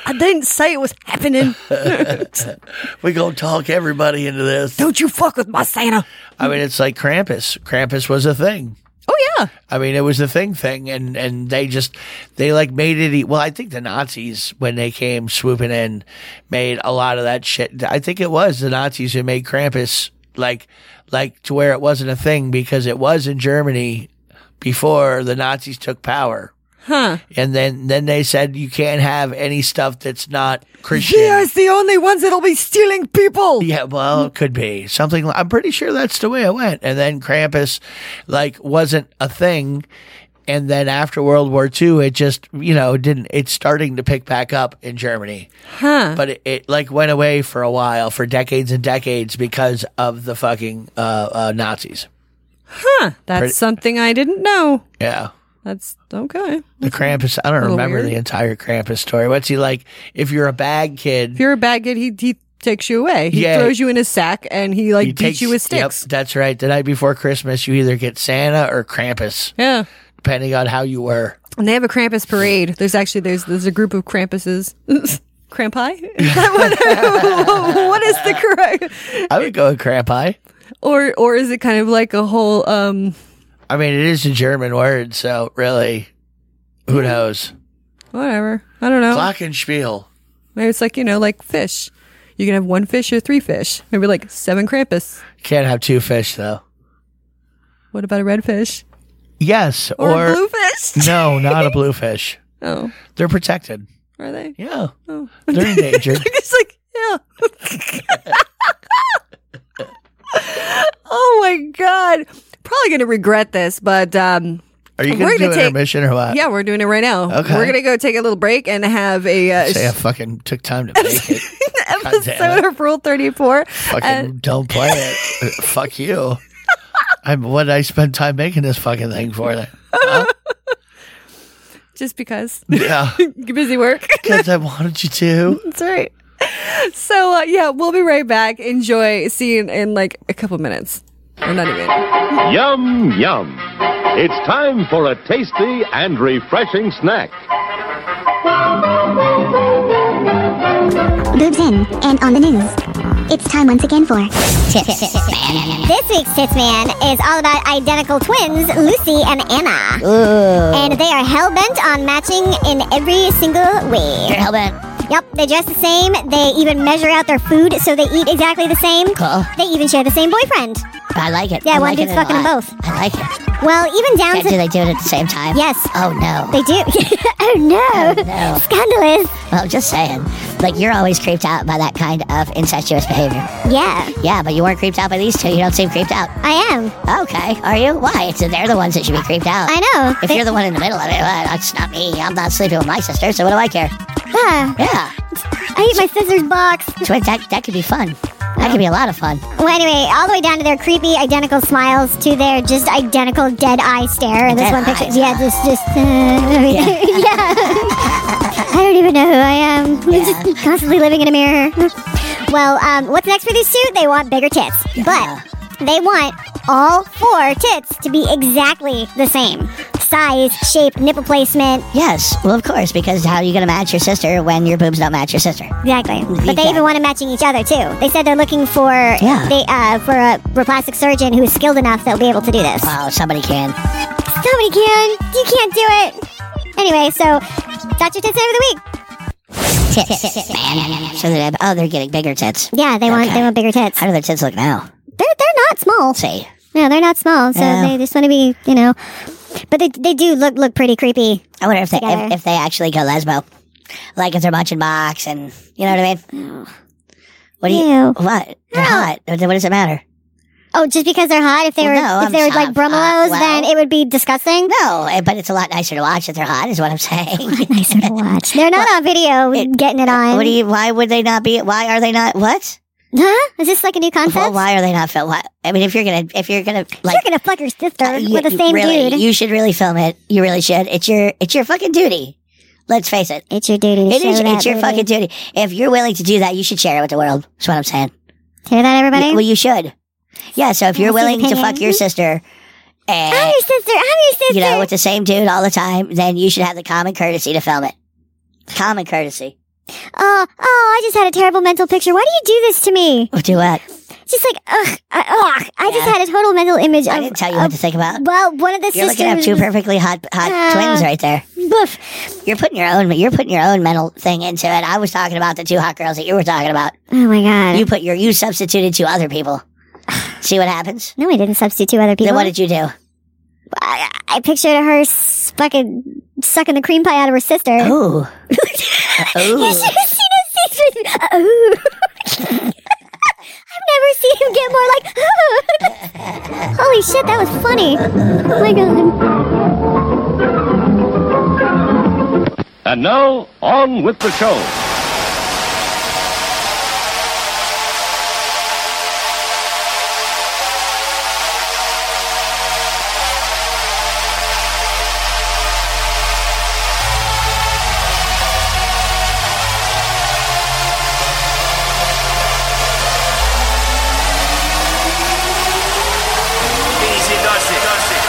Speaker 8: I didn't say it was
Speaker 9: [laughs]
Speaker 8: happening.
Speaker 9: We're going to talk everybody into this.
Speaker 8: Don't you fuck with my Santa.
Speaker 9: I mean, it's like Krampus. Krampus was a thing.
Speaker 8: Oh yeah.
Speaker 9: I mean, it was the thing thing, and and they just they like made it. e- Well, I think the Nazis when they came swooping in made a lot of that shit. I think it was the Nazis who made Krampus like like to where it wasn't a thing because it was in Germany before the Nazis took power. Huh. And then then they said you can't have any stuff that's not Christian.
Speaker 8: the only ones that'll be stealing people.
Speaker 9: Yeah, well, it could be something. I'm pretty sure that's the way it went. And then Krampus, like, wasn't a thing. And then after World War II, it just, you know, didn't, it's starting to pick back up in Germany. Huh. But it, it like went away for a while, for decades and decades because of the fucking uh, uh, Nazis.
Speaker 8: That's
Speaker 9: Pretty-
Speaker 8: something I didn't know.
Speaker 9: Yeah.
Speaker 8: That's okay.
Speaker 9: The Krampus, I don't
Speaker 8: little
Speaker 9: remember
Speaker 8: weird.
Speaker 9: the entire Krampus story. What's he like? If you're a bad kid,
Speaker 8: If you're a bad kid, he he takes you away. He
Speaker 9: Yeah.
Speaker 8: throws you in a sack and he like beats you with
Speaker 9: yep,
Speaker 8: sticks.
Speaker 9: that's right. The night before Christmas, you either get Santa or Krampus.
Speaker 8: Yeah.
Speaker 9: depending on how you were.
Speaker 8: And they have a Krampus parade. There's actually there's there's a group of Krampuses. [laughs] Krampi? Is [laughs] that what, what is the correct
Speaker 9: I would go with Krampi.
Speaker 8: or or is it kind of like a whole um
Speaker 9: I mean, it is a German word, so really, who knows?
Speaker 8: whatever. I don't know.
Speaker 9: Glockenspiel.
Speaker 8: Maybe it's like, you know, like fish. You can have one fish or three fish. Maybe like seven Krampus.
Speaker 9: Can't have two fish though.
Speaker 8: What about a red fish?
Speaker 9: Yes,
Speaker 8: Or,
Speaker 9: or,
Speaker 8: a blue fish?
Speaker 9: [laughs] no, not a blue fish.
Speaker 8: Oh,
Speaker 9: They're protected.
Speaker 8: are they?
Speaker 9: Yeah,
Speaker 8: Oh. [laughs]
Speaker 9: they're endangered.
Speaker 8: it's like, yeah. [laughs] oh my God. Probably going to regret this, but um,
Speaker 9: Are you
Speaker 8: We're
Speaker 9: going to do
Speaker 8: gonna
Speaker 9: an
Speaker 8: take-
Speaker 9: intermission or what?
Speaker 8: yeah, we're doing it right now.
Speaker 9: Uh, Okay.
Speaker 8: We're going to go take a little break and have a uh,
Speaker 9: Say I fucking took time to make
Speaker 8: [laughs]
Speaker 9: it. Goddamn
Speaker 8: episode
Speaker 9: it.
Speaker 8: of Rule uh, 34.
Speaker 9: Fucking
Speaker 8: And
Speaker 9: don't
Speaker 8: [laughs]
Speaker 9: play it. Fuck you. I'm what I spent time making this fucking thing for.
Speaker 8: [laughs]
Speaker 9: Then.
Speaker 8: just because.
Speaker 9: Yeah,
Speaker 8: Busy work. [laughs]
Speaker 9: because I wanted you to.
Speaker 8: That's right. So uh, yeah, we'll be right back. Enjoy. See you in, in like a couple minutes. Or not even.
Speaker 3: Yum, yum. It's time for a tasty and refreshing snack.
Speaker 7: Boobs in and on the news. It's time once again for Tips Man. This week's Tips Man is all about identical twins, Lucy and Anna. And they are hell bent on matching in every single way. They're hellbent. Yep, they dress the same. They even measure out their food so they eat exactly the same.
Speaker 10: Cool.
Speaker 7: They even share the same boyfriend.
Speaker 10: I like it.
Speaker 7: Yeah,
Speaker 10: I
Speaker 7: one
Speaker 10: like
Speaker 7: dude's
Speaker 10: it a
Speaker 7: fucking them
Speaker 10: lot.
Speaker 7: both.
Speaker 10: I like it.
Speaker 7: Well, even down
Speaker 10: And
Speaker 7: to
Speaker 10: do they do it at the same time?
Speaker 7: Yes.
Speaker 10: Oh no.
Speaker 7: They do. [laughs] oh no.
Speaker 10: no.
Speaker 7: Scandalous.
Speaker 10: well, I'm just saying. Like you're always creeped out by that kind of incestuous behavior.
Speaker 7: Yeah,
Speaker 10: Yeah, but you weren't creeped out by these two. You don't seem creeped out.
Speaker 7: I am.
Speaker 10: Okay. Are you? Why? It's they're the ones that should be creeped out.
Speaker 7: I know.
Speaker 10: If you're the one in the middle of it, well, that's not me. I'm not sleeping with my sister, so what do I care?
Speaker 7: Ah,
Speaker 10: Yeah.
Speaker 7: I eat my scissors box.
Speaker 10: Twin, that, that could be fun. That could be a lot of fun.
Speaker 7: Well, anyway, all the way down to their creepy identical smiles to their just identical dead eye stare. in this
Speaker 10: Dead
Speaker 7: one picture.
Speaker 10: eyes,
Speaker 7: Yeah,
Speaker 10: huh?
Speaker 7: this just. Uh, I mean, [laughs] yeah. I don't even know who I am. I'm just constantly living in a mirror. Well, um, what's next for these two? They want bigger tits, but they want all four tits to be exactly the same size, shape, nipple placement.
Speaker 10: Yes. Well, of course, because how are you going to match your sister when your boobs don't match your sister?
Speaker 7: Exactly. But they
Speaker 10: Exactly.
Speaker 7: even want to matching each other too. They said they're looking for
Speaker 10: Yeah.
Speaker 7: they uh, for a plastic surgeon who is skilled enough that'll be able to do this.
Speaker 10: Oh, somebody can.
Speaker 7: Somebody can. You can't do it. Anyway, so that's your tits over the week.
Speaker 10: Tits. Man. So they're, oh, they're getting bigger tits.
Speaker 7: Yeah, they want
Speaker 10: Okay.
Speaker 7: they want bigger tits.
Speaker 10: How do their tits look now?
Speaker 7: They're they're not small.
Speaker 10: See.
Speaker 7: No, they're not small. So
Speaker 10: Yeah.
Speaker 7: they just want to be, you know. But they, they do look look pretty creepy.
Speaker 10: I wonder if they if,
Speaker 7: Together.
Speaker 10: if they actually go lesbo, like if they're munching box and you know what I mean. What do you?
Speaker 7: Oh. Ew.
Speaker 10: What? They're
Speaker 7: No.
Speaker 10: hot. What does it matter?
Speaker 7: Oh, just because they're hot, if they
Speaker 10: Well,
Speaker 7: were
Speaker 10: no,
Speaker 7: if
Speaker 10: I'm
Speaker 7: they were
Speaker 10: shocked.
Speaker 7: like bromelos,
Speaker 10: Uh, well-
Speaker 7: then it would be disgusting.
Speaker 10: No, eh, but it's a lot nicer to watch if they're hot. Is what I'm saying.
Speaker 7: Nicer to watch. They're not on video getting it on.
Speaker 10: [laughs] uh, what do you? Why would they not be? Why are they not? What?
Speaker 7: Huh? Is this like a new concept?
Speaker 10: Well, why are they not film? Why, I mean, if you're gonna, if you're gonna, like,
Speaker 7: You're gonna fuck your sister
Speaker 10: uh, you-
Speaker 7: with the
Speaker 10: you
Speaker 7: same
Speaker 10: really,
Speaker 7: dude.
Speaker 10: you should really film it. You really should. It's your, it's your fucking duty. Let's face it.
Speaker 7: it's your duty. To
Speaker 10: It
Speaker 7: show
Speaker 10: is.
Speaker 7: that
Speaker 10: It's your
Speaker 7: booty.
Speaker 10: fucking duty. If you're willing to do that, you should share it with the world. That's what I'm saying.
Speaker 7: Hear that, everybody?
Speaker 10: Y- Well, you should. Yeah. So if you're
Speaker 7: That's his
Speaker 10: willing to fuck
Speaker 7: opinion.
Speaker 10: your sister,
Speaker 7: I'm
Speaker 10: and
Speaker 7: your sister. I'm your sister.
Speaker 10: you know with the same dude all the time, then you should have the common courtesy to film it. Common courtesy.
Speaker 7: oh, oh, I just had a terrible mental picture. Why do you do this to me?
Speaker 10: Do what?
Speaker 7: Just like, ugh, I, ugh, I just
Speaker 10: Yeah.
Speaker 7: had a total mental image.
Speaker 10: I
Speaker 7: of-
Speaker 10: didn't tell you what
Speaker 7: of-
Speaker 10: to think about.
Speaker 7: Well, one of the
Speaker 10: You're looking up
Speaker 7: sisters.
Speaker 10: two perfectly hot, hot
Speaker 7: Uh,
Speaker 10: twins right there.
Speaker 7: Boof.
Speaker 10: You're putting your own, you're putting your own mental thing into it. I was talking about the two hot girls that you were talking about.
Speaker 7: Oh my god.
Speaker 10: You put your, you substituted two other people. See what happens.
Speaker 7: no, I didn't substitute other people.
Speaker 10: Then what did you do?
Speaker 7: I, I pictured her s- fucking sucking the cream pie out of her sister. [laughs]
Speaker 10: Ooh. Uh,
Speaker 7: You
Speaker 10: Ooh.
Speaker 7: should have seen his face with Oh. [laughs] I've never seen him get more like. [laughs] Holy shit, that was funny. Oh my god.
Speaker 3: And now, on with the show.
Speaker 11: Easy does it. Does it.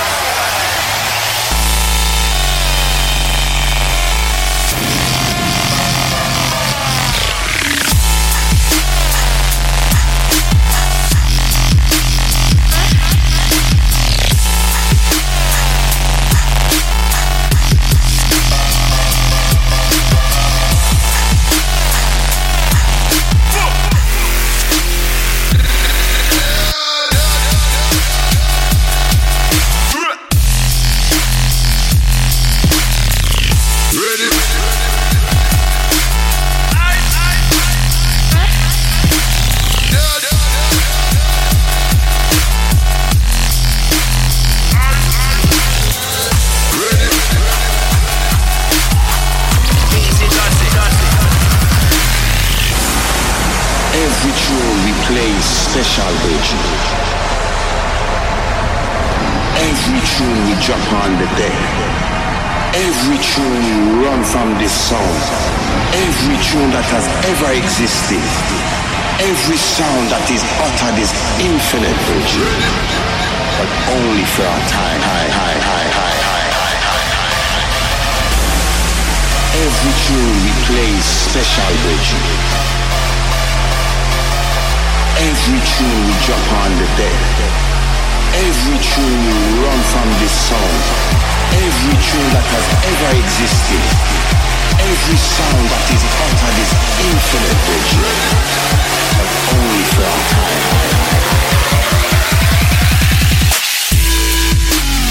Speaker 11: Easy does it. Does it.
Speaker 4: Every tune we play is special ritual. Every tune we jump on the deck. Every tune we run from this sound. Every tune that has ever existed. Every sound that is uttered is infinite virtue. But only for our time. High, high, high, high, high, high, high, high, high. Every tune we play is special virtue. Every tune we jump on the deck. Every tune we run from this sound. Every tune that has ever existed. Every sound that is uttered is infinite virtue. But only for our time.
Speaker 8: Oh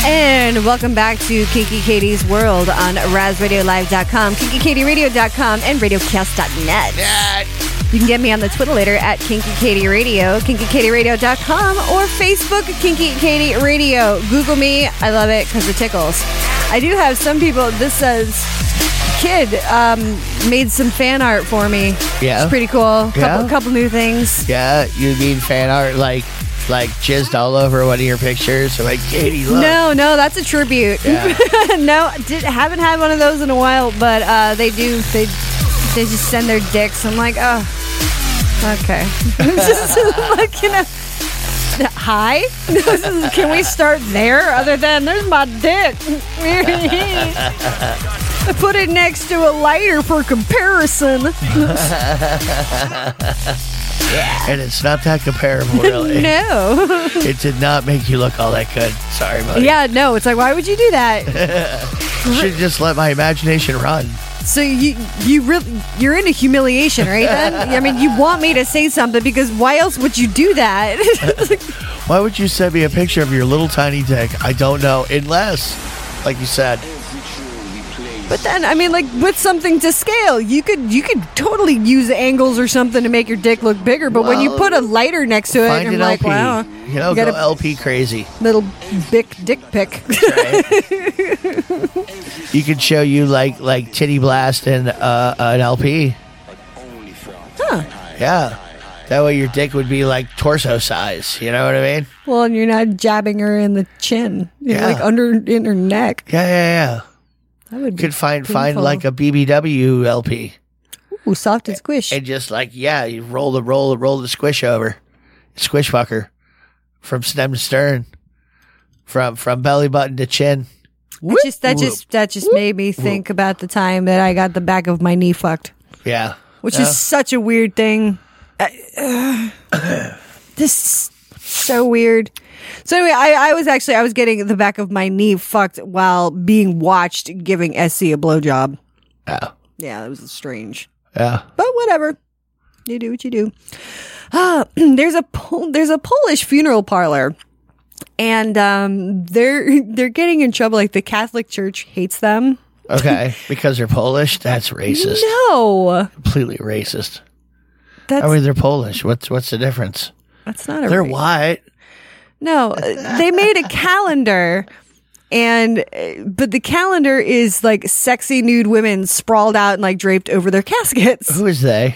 Speaker 8: and welcome back to Kinky Katie's World on RazRadioLive.com, KinkyKatieRadio.com, and RadioCast.net. You can get me on the Twitter later at Kinky Katie Radio, KinkyKatieRadio.com, or Facebook at Kinky Katie Radio. Google me. I love it because it tickles. I do have some people. This says kid um, made some fan art for me.
Speaker 9: Yeah.
Speaker 8: it's pretty cool. Couple,
Speaker 9: Yeah.
Speaker 8: couple new things.
Speaker 9: Yeah, you mean fan art like like jizzed all over one of your pictures? So like, Katie, look.
Speaker 8: No, no, that's a tribute.
Speaker 9: Yeah.
Speaker 8: [laughs] no, did, haven't had one of those in a while, but uh, they do. They they just send their dicks. I'm like, oh, okay. [laughs] just looking at. Hi, [laughs] can we start there? Other than there's my dick. [laughs] Put it next to a lighter for comparison.
Speaker 9: And it's not
Speaker 8: [laughs]
Speaker 9: that comparable, really.
Speaker 8: no. [laughs]
Speaker 9: It did not make you look all that good. Sorry, buddy.
Speaker 8: yeah, no. It's like, why would you do that?
Speaker 9: Should just let my imagination run.
Speaker 8: So you you really you're into humiliation, right? [laughs] Then I mean, you want me to say something because why else would you do that? [laughs]
Speaker 9: Why would you send me a picture of your little tiny dick? I don't know, unless, like you said,
Speaker 8: but then I mean, like with something to scale, you could you could totally use angles or something to make your dick look bigger. But when you
Speaker 9: Well,
Speaker 8: put a lighter next to it,
Speaker 9: find
Speaker 8: I'm
Speaker 9: an
Speaker 8: like,
Speaker 9: LP.
Speaker 8: wow,
Speaker 9: You know,
Speaker 8: got
Speaker 9: go
Speaker 8: a
Speaker 9: LP
Speaker 8: [laughs]
Speaker 9: crazy.
Speaker 8: little big dick pic. [laughs]
Speaker 9: You could show you like like titty blast and uh, an LP.
Speaker 8: huh.
Speaker 9: Yeah, that way your dick would be like torso size. You know what I mean?
Speaker 8: Well, and you're not jabbing her in the chin, you know,
Speaker 9: Yeah.
Speaker 8: like under in her neck.
Speaker 9: Yeah, yeah, yeah.
Speaker 8: That would
Speaker 9: You
Speaker 8: be
Speaker 9: could find find
Speaker 8: painful.
Speaker 9: like a BBW LP
Speaker 8: Ooh, soft and squish.
Speaker 9: and just like yeah, you roll the roll the roll the squish over, squish fucker, from stem to stern, from from belly button to chin.
Speaker 8: That just that just that just made me think about the time that I got the back of my knee fucked,
Speaker 9: Yeah,
Speaker 8: which
Speaker 9: Yeah.
Speaker 8: is such a weird thing. I- ugh. this is so weird. So anyway, I, I was actually I was getting the back of my knee fucked while being watched giving SC a blowjob.
Speaker 9: Oh.
Speaker 8: Yeah, that was strange.
Speaker 9: yeah.
Speaker 8: But whatever. You do what you do. Ah, [clears throat] there's a Pol- there's a Polish funeral parlor, and um, they're [laughs] they're getting in trouble. Like the Catholic Church hates them.
Speaker 9: Okay, because they're Polish, that's racist.
Speaker 8: No,
Speaker 9: Completely racist.
Speaker 8: Oh,
Speaker 9: Oh,
Speaker 8: that's
Speaker 9: I mean, they're Polish. What's what's the difference?
Speaker 8: that's not a.
Speaker 9: They're
Speaker 8: race.
Speaker 9: white.
Speaker 8: No, uh, they made a calendar, and uh, but the calendar is like sexy nude women sprawled out and like draped over their caskets. [laughs]
Speaker 9: Who is they?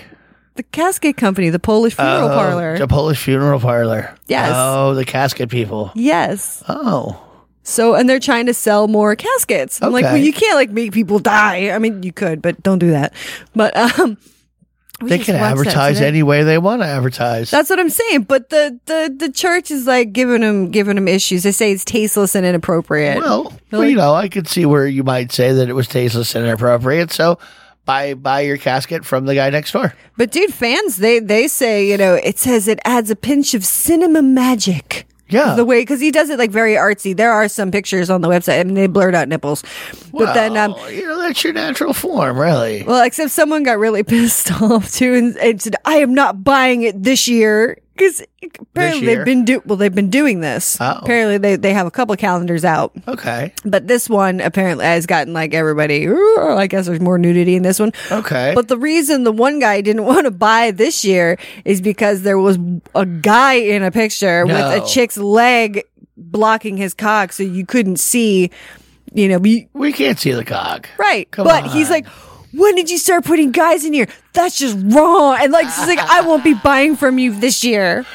Speaker 8: The casket company, the Polish funeral
Speaker 9: Oh,
Speaker 8: parlor.
Speaker 9: The Polish funeral parlor.
Speaker 8: Yes.
Speaker 9: Oh, the casket people.
Speaker 8: yes.
Speaker 9: Oh,
Speaker 8: So, and they're trying to sell more caskets. I'm like,
Speaker 9: Okay.
Speaker 8: well, you can't like make people die. I mean, you could, but don't do that. But um, [laughs] we
Speaker 9: they
Speaker 8: just
Speaker 9: can
Speaker 8: watched that
Speaker 9: advertise
Speaker 8: today.
Speaker 9: any way they want to advertise.
Speaker 8: That's what I'm saying. But the the the church is like giving them giving them issues. They say it's tasteless and inappropriate.
Speaker 9: well,
Speaker 8: They're
Speaker 9: well, you
Speaker 8: like,
Speaker 9: know, I could see where you might say that it was tasteless and inappropriate. So, buy buy your casket from the guy next door.
Speaker 8: but dude, fans they they say you know it says it adds a pinch of cinema magic.
Speaker 9: Yeah.
Speaker 8: the way because he does it like very artsy. There are some pictures on the website. I mean, they blurred out nipples, but then um,
Speaker 9: Well, Oh, you know, that's your natural form, really.
Speaker 8: Well, except someone got really [laughs] pissed off too and, and said, "I am not buying it this year." Because apparently
Speaker 9: year?
Speaker 8: they've been do well, they've been doing this.
Speaker 9: Oh.
Speaker 8: Apparently they they have a couple calendars out,
Speaker 9: okay.
Speaker 8: but this one apparently has gotten like everybody. "Ooh," I guess there's more nudity in this one.
Speaker 9: Okay.
Speaker 8: But the reason the one guy didn't [laughs] want to buy this year is because there was a guy in a picture with
Speaker 9: No.
Speaker 8: a chick's leg blocking his cock, so you couldn't see. You know, you,
Speaker 9: we can't see the cock.
Speaker 8: Right.
Speaker 9: Come
Speaker 8: but he's
Speaker 9: on.
Speaker 8: like, when did you start putting guys in here? That's just wrong. And like, he's like, I won't be buying from you this year.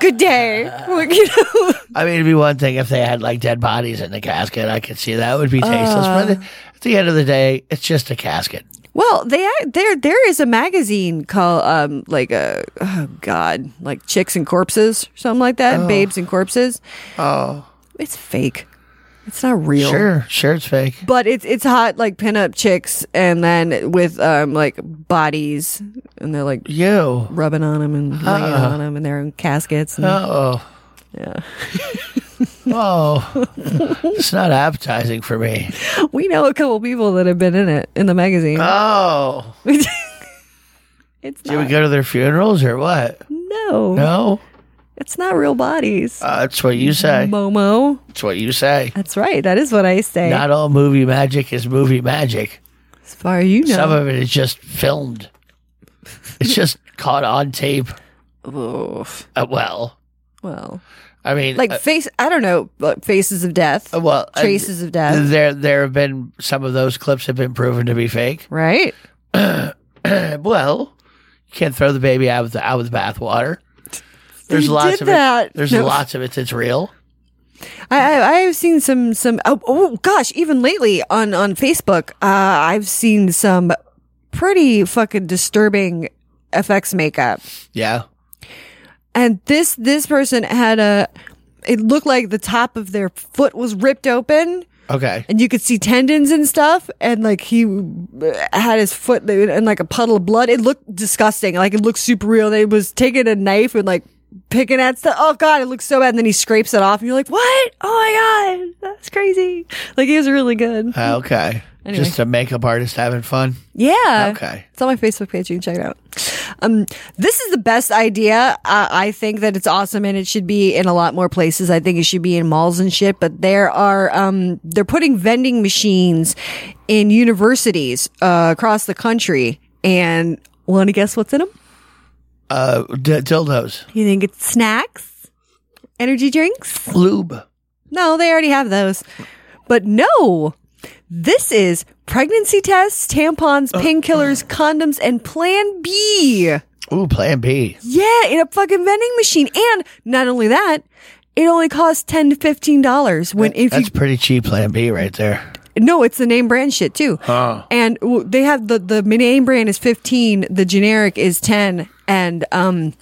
Speaker 8: Good day. [laughs] Like, you know?
Speaker 9: I mean, it'd be one thing if they had like dead bodies in the casket. I could see that would be tasteless. but
Speaker 8: Uh.
Speaker 9: at the end of the day, it's just a casket.
Speaker 8: Well, they are- there there is a magazine called um like a oh god like chicks and corpses or something like that, babes and corpses.
Speaker 9: Oh,
Speaker 8: It's fake. It's not real.
Speaker 9: sure, sure, it's fake.
Speaker 8: But it's it's hot like pinup chicks and then with um like bodies and they're like
Speaker 9: You.
Speaker 8: rubbing on them and laying
Speaker 9: Uh-uh.
Speaker 8: on them and they're in caskets. And,
Speaker 9: Oh, [laughs]
Speaker 8: yeah.
Speaker 9: oh, it's not appetizing for me.
Speaker 8: We know a couple people that have been in it in the magazine. [laughs]
Speaker 9: Oh,
Speaker 8: it's
Speaker 9: did we Uh-huh.
Speaker 8: not.
Speaker 9: go to their funerals or what?
Speaker 8: No.
Speaker 9: No.
Speaker 8: It's not real bodies.
Speaker 9: Uh, that's what you say.
Speaker 8: Momo.
Speaker 9: That's what you say.
Speaker 8: That's right. That is what I say.
Speaker 9: Not all movie magic is movie magic.
Speaker 8: as far as you know.
Speaker 9: Some of it is just filmed. It's just caught on tape.
Speaker 8: Oof.
Speaker 9: Uh, well,
Speaker 8: Well,
Speaker 9: I mean,
Speaker 8: like
Speaker 9: uh,
Speaker 8: face. I don't know. Like faces of death.
Speaker 9: well, uh,
Speaker 8: traces of death.
Speaker 9: There, there have been some of those clips have been proven to be fake. Uh,
Speaker 8: right.
Speaker 9: well, you can't throw the baby out with the, out with the bathwater. There's
Speaker 8: They
Speaker 9: lots
Speaker 8: did
Speaker 9: of
Speaker 8: that.
Speaker 9: it. There's
Speaker 8: No.
Speaker 9: lots of it that's real.
Speaker 8: I, I I've seen some some oh, oh gosh even lately on on Facebook uh, I've seen some pretty fucking disturbing FX makeup
Speaker 9: Yeah.
Speaker 8: and this this person had a it looked like the top of their foot was ripped open
Speaker 9: Okay.
Speaker 8: and you could see tendons and stuff and like he uh, had his foot in like a puddle of blood it looked disgusting like it looked super real they was taking a knife and like picking at stuff oh god it looks so bad and then he scrapes it off and you're like what oh my god that's crazy like he was really good
Speaker 9: Uh, okay.
Speaker 8: [laughs] Anyway.
Speaker 9: Just a makeup artist having fun.
Speaker 8: yeah
Speaker 9: Okay.
Speaker 8: it's on my facebook page you can check it out um this is the best idea uh, i think that it's awesome and it should be in a lot more places i think it should be in malls and shit but there are um they're putting vending machines in universities uh, across the country and want to guess what's in them
Speaker 9: Uh, d- dildos,
Speaker 8: you think it's snacks energy drinks
Speaker 9: lube.
Speaker 8: no they already have those but no this is pregnancy tests tampons painkillers condoms and plan b
Speaker 9: Ooh, Plan B.
Speaker 8: Yeah, in a fucking vending machine. And not only that, it only costs ten to fifteen dollars. When if
Speaker 9: That's
Speaker 8: you
Speaker 9: pretty cheap Plan B right there.
Speaker 8: no, it's the name brand shit too. And w- they have the the name brand is fifteen, the generic is ten, and um,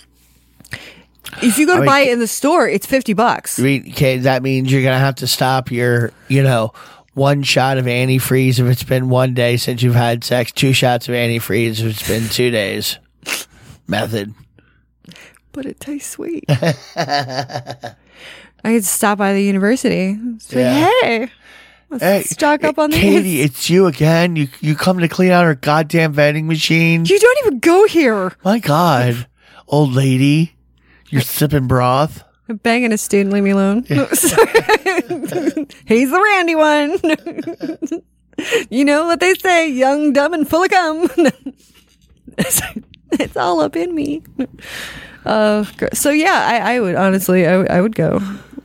Speaker 8: if you go to
Speaker 9: I mean,
Speaker 8: buy it in the store, it's fifty bucks.
Speaker 9: I mean, okay, that means you're gonna have to stop your, you know, one shot of antifreeze if it's been one day since you've had sex. Two shots of antifreeze if it's been two days. Method.
Speaker 8: But it tastes
Speaker 9: [laughs]
Speaker 8: sweet. I could stop by the university. Say,
Speaker 9: Yeah.
Speaker 8: hey, let's
Speaker 9: Hey,
Speaker 8: stock up on
Speaker 9: Katie,
Speaker 8: these.
Speaker 9: it's you again. You you come to clean out our goddamn vending machine.
Speaker 8: You don't even go here.
Speaker 9: My God, old lady, you're sipping broth.
Speaker 8: I'm banging a student. Leave me alone. [laughs] No, sorry. He's the randy one. [laughs] you know what they say: young, dumb, and full of cum. [laughs] it's all up in me. Uh, gr- so yeah, I, I would honestly, I, w- I would go.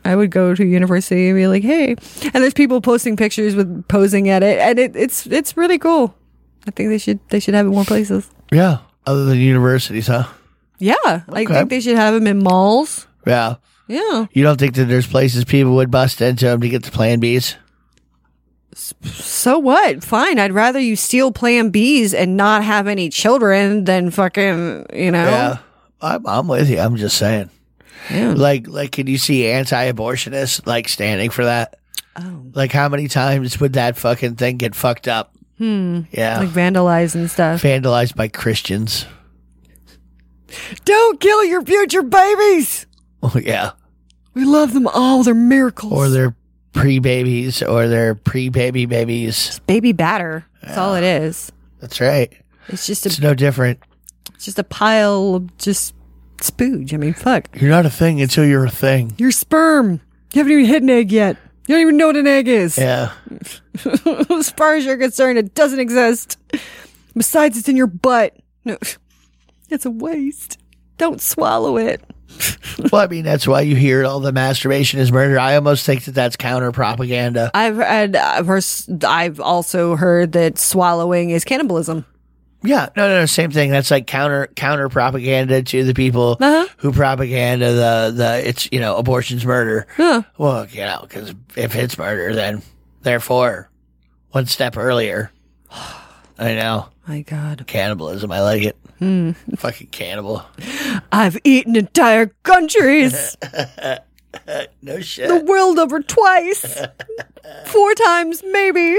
Speaker 8: I would go to university and be like, "Hey," and there's people posting pictures with posing at it, and it, it's it's really cool. I think they should they should have it more places.
Speaker 9: Yeah. Other than universities, huh?
Speaker 8: Yeah, I
Speaker 9: Okay.
Speaker 8: think they should have them in malls.
Speaker 9: Yeah.
Speaker 8: Yeah,
Speaker 9: You don't think that there's places people would bust into them to get the Plan Bs?
Speaker 8: So what? Fine. I'd rather you steal Plan Bs and not have any children than fucking, you know.
Speaker 9: Yeah, I'm, I'm with you. I'm just saying. Like, like, can you see anti-abortionists like standing for that?
Speaker 8: Oh.
Speaker 9: Like, how many times would that fucking thing get fucked up?
Speaker 8: Hmm.
Speaker 9: Yeah,
Speaker 8: Like vandalize and stuff.
Speaker 9: vandalized by Christians. [laughs]
Speaker 8: Don't kill your future babies.
Speaker 9: Oh yeah,
Speaker 8: We love them all. They're miracles.
Speaker 9: or their pre-babies, or their pre-baby babies.
Speaker 8: baby batter. That's all it is.
Speaker 9: That's right.
Speaker 8: It's just
Speaker 9: It's
Speaker 8: a
Speaker 9: no different.
Speaker 8: it's just a pile of just spooge. I mean, fuck.
Speaker 9: You're not a thing until you're a thing.
Speaker 8: Your sperm. You haven't even hit an egg yet. You don't even know what an egg is.
Speaker 9: Yeah,
Speaker 8: [laughs] as far as you're concerned, it doesn't exist. Besides, it's in your butt. No, [laughs] it's a waste. Don't swallow it.
Speaker 9: [laughs] well, I mean that's why you hear all the masturbation is murder. I almost think that that's counter propaganda.
Speaker 8: I've had, I've, heard, I've also heard that swallowing is cannibalism.
Speaker 9: Yeah, no, no, no, same thing. That's like counter counter propaganda to the people
Speaker 8: Uh-huh.
Speaker 9: who propaganda the the it's you know abortion's murder.
Speaker 8: Huh.
Speaker 9: Well, you know, because if it's murder, then therefore one step earlier. I know
Speaker 8: My God,
Speaker 9: cannibalism. I like it.
Speaker 8: Hmm.
Speaker 9: Fucking cannibal. [laughs]
Speaker 8: I've eaten entire countries,
Speaker 9: No shit.
Speaker 8: the world over twice, four times maybe.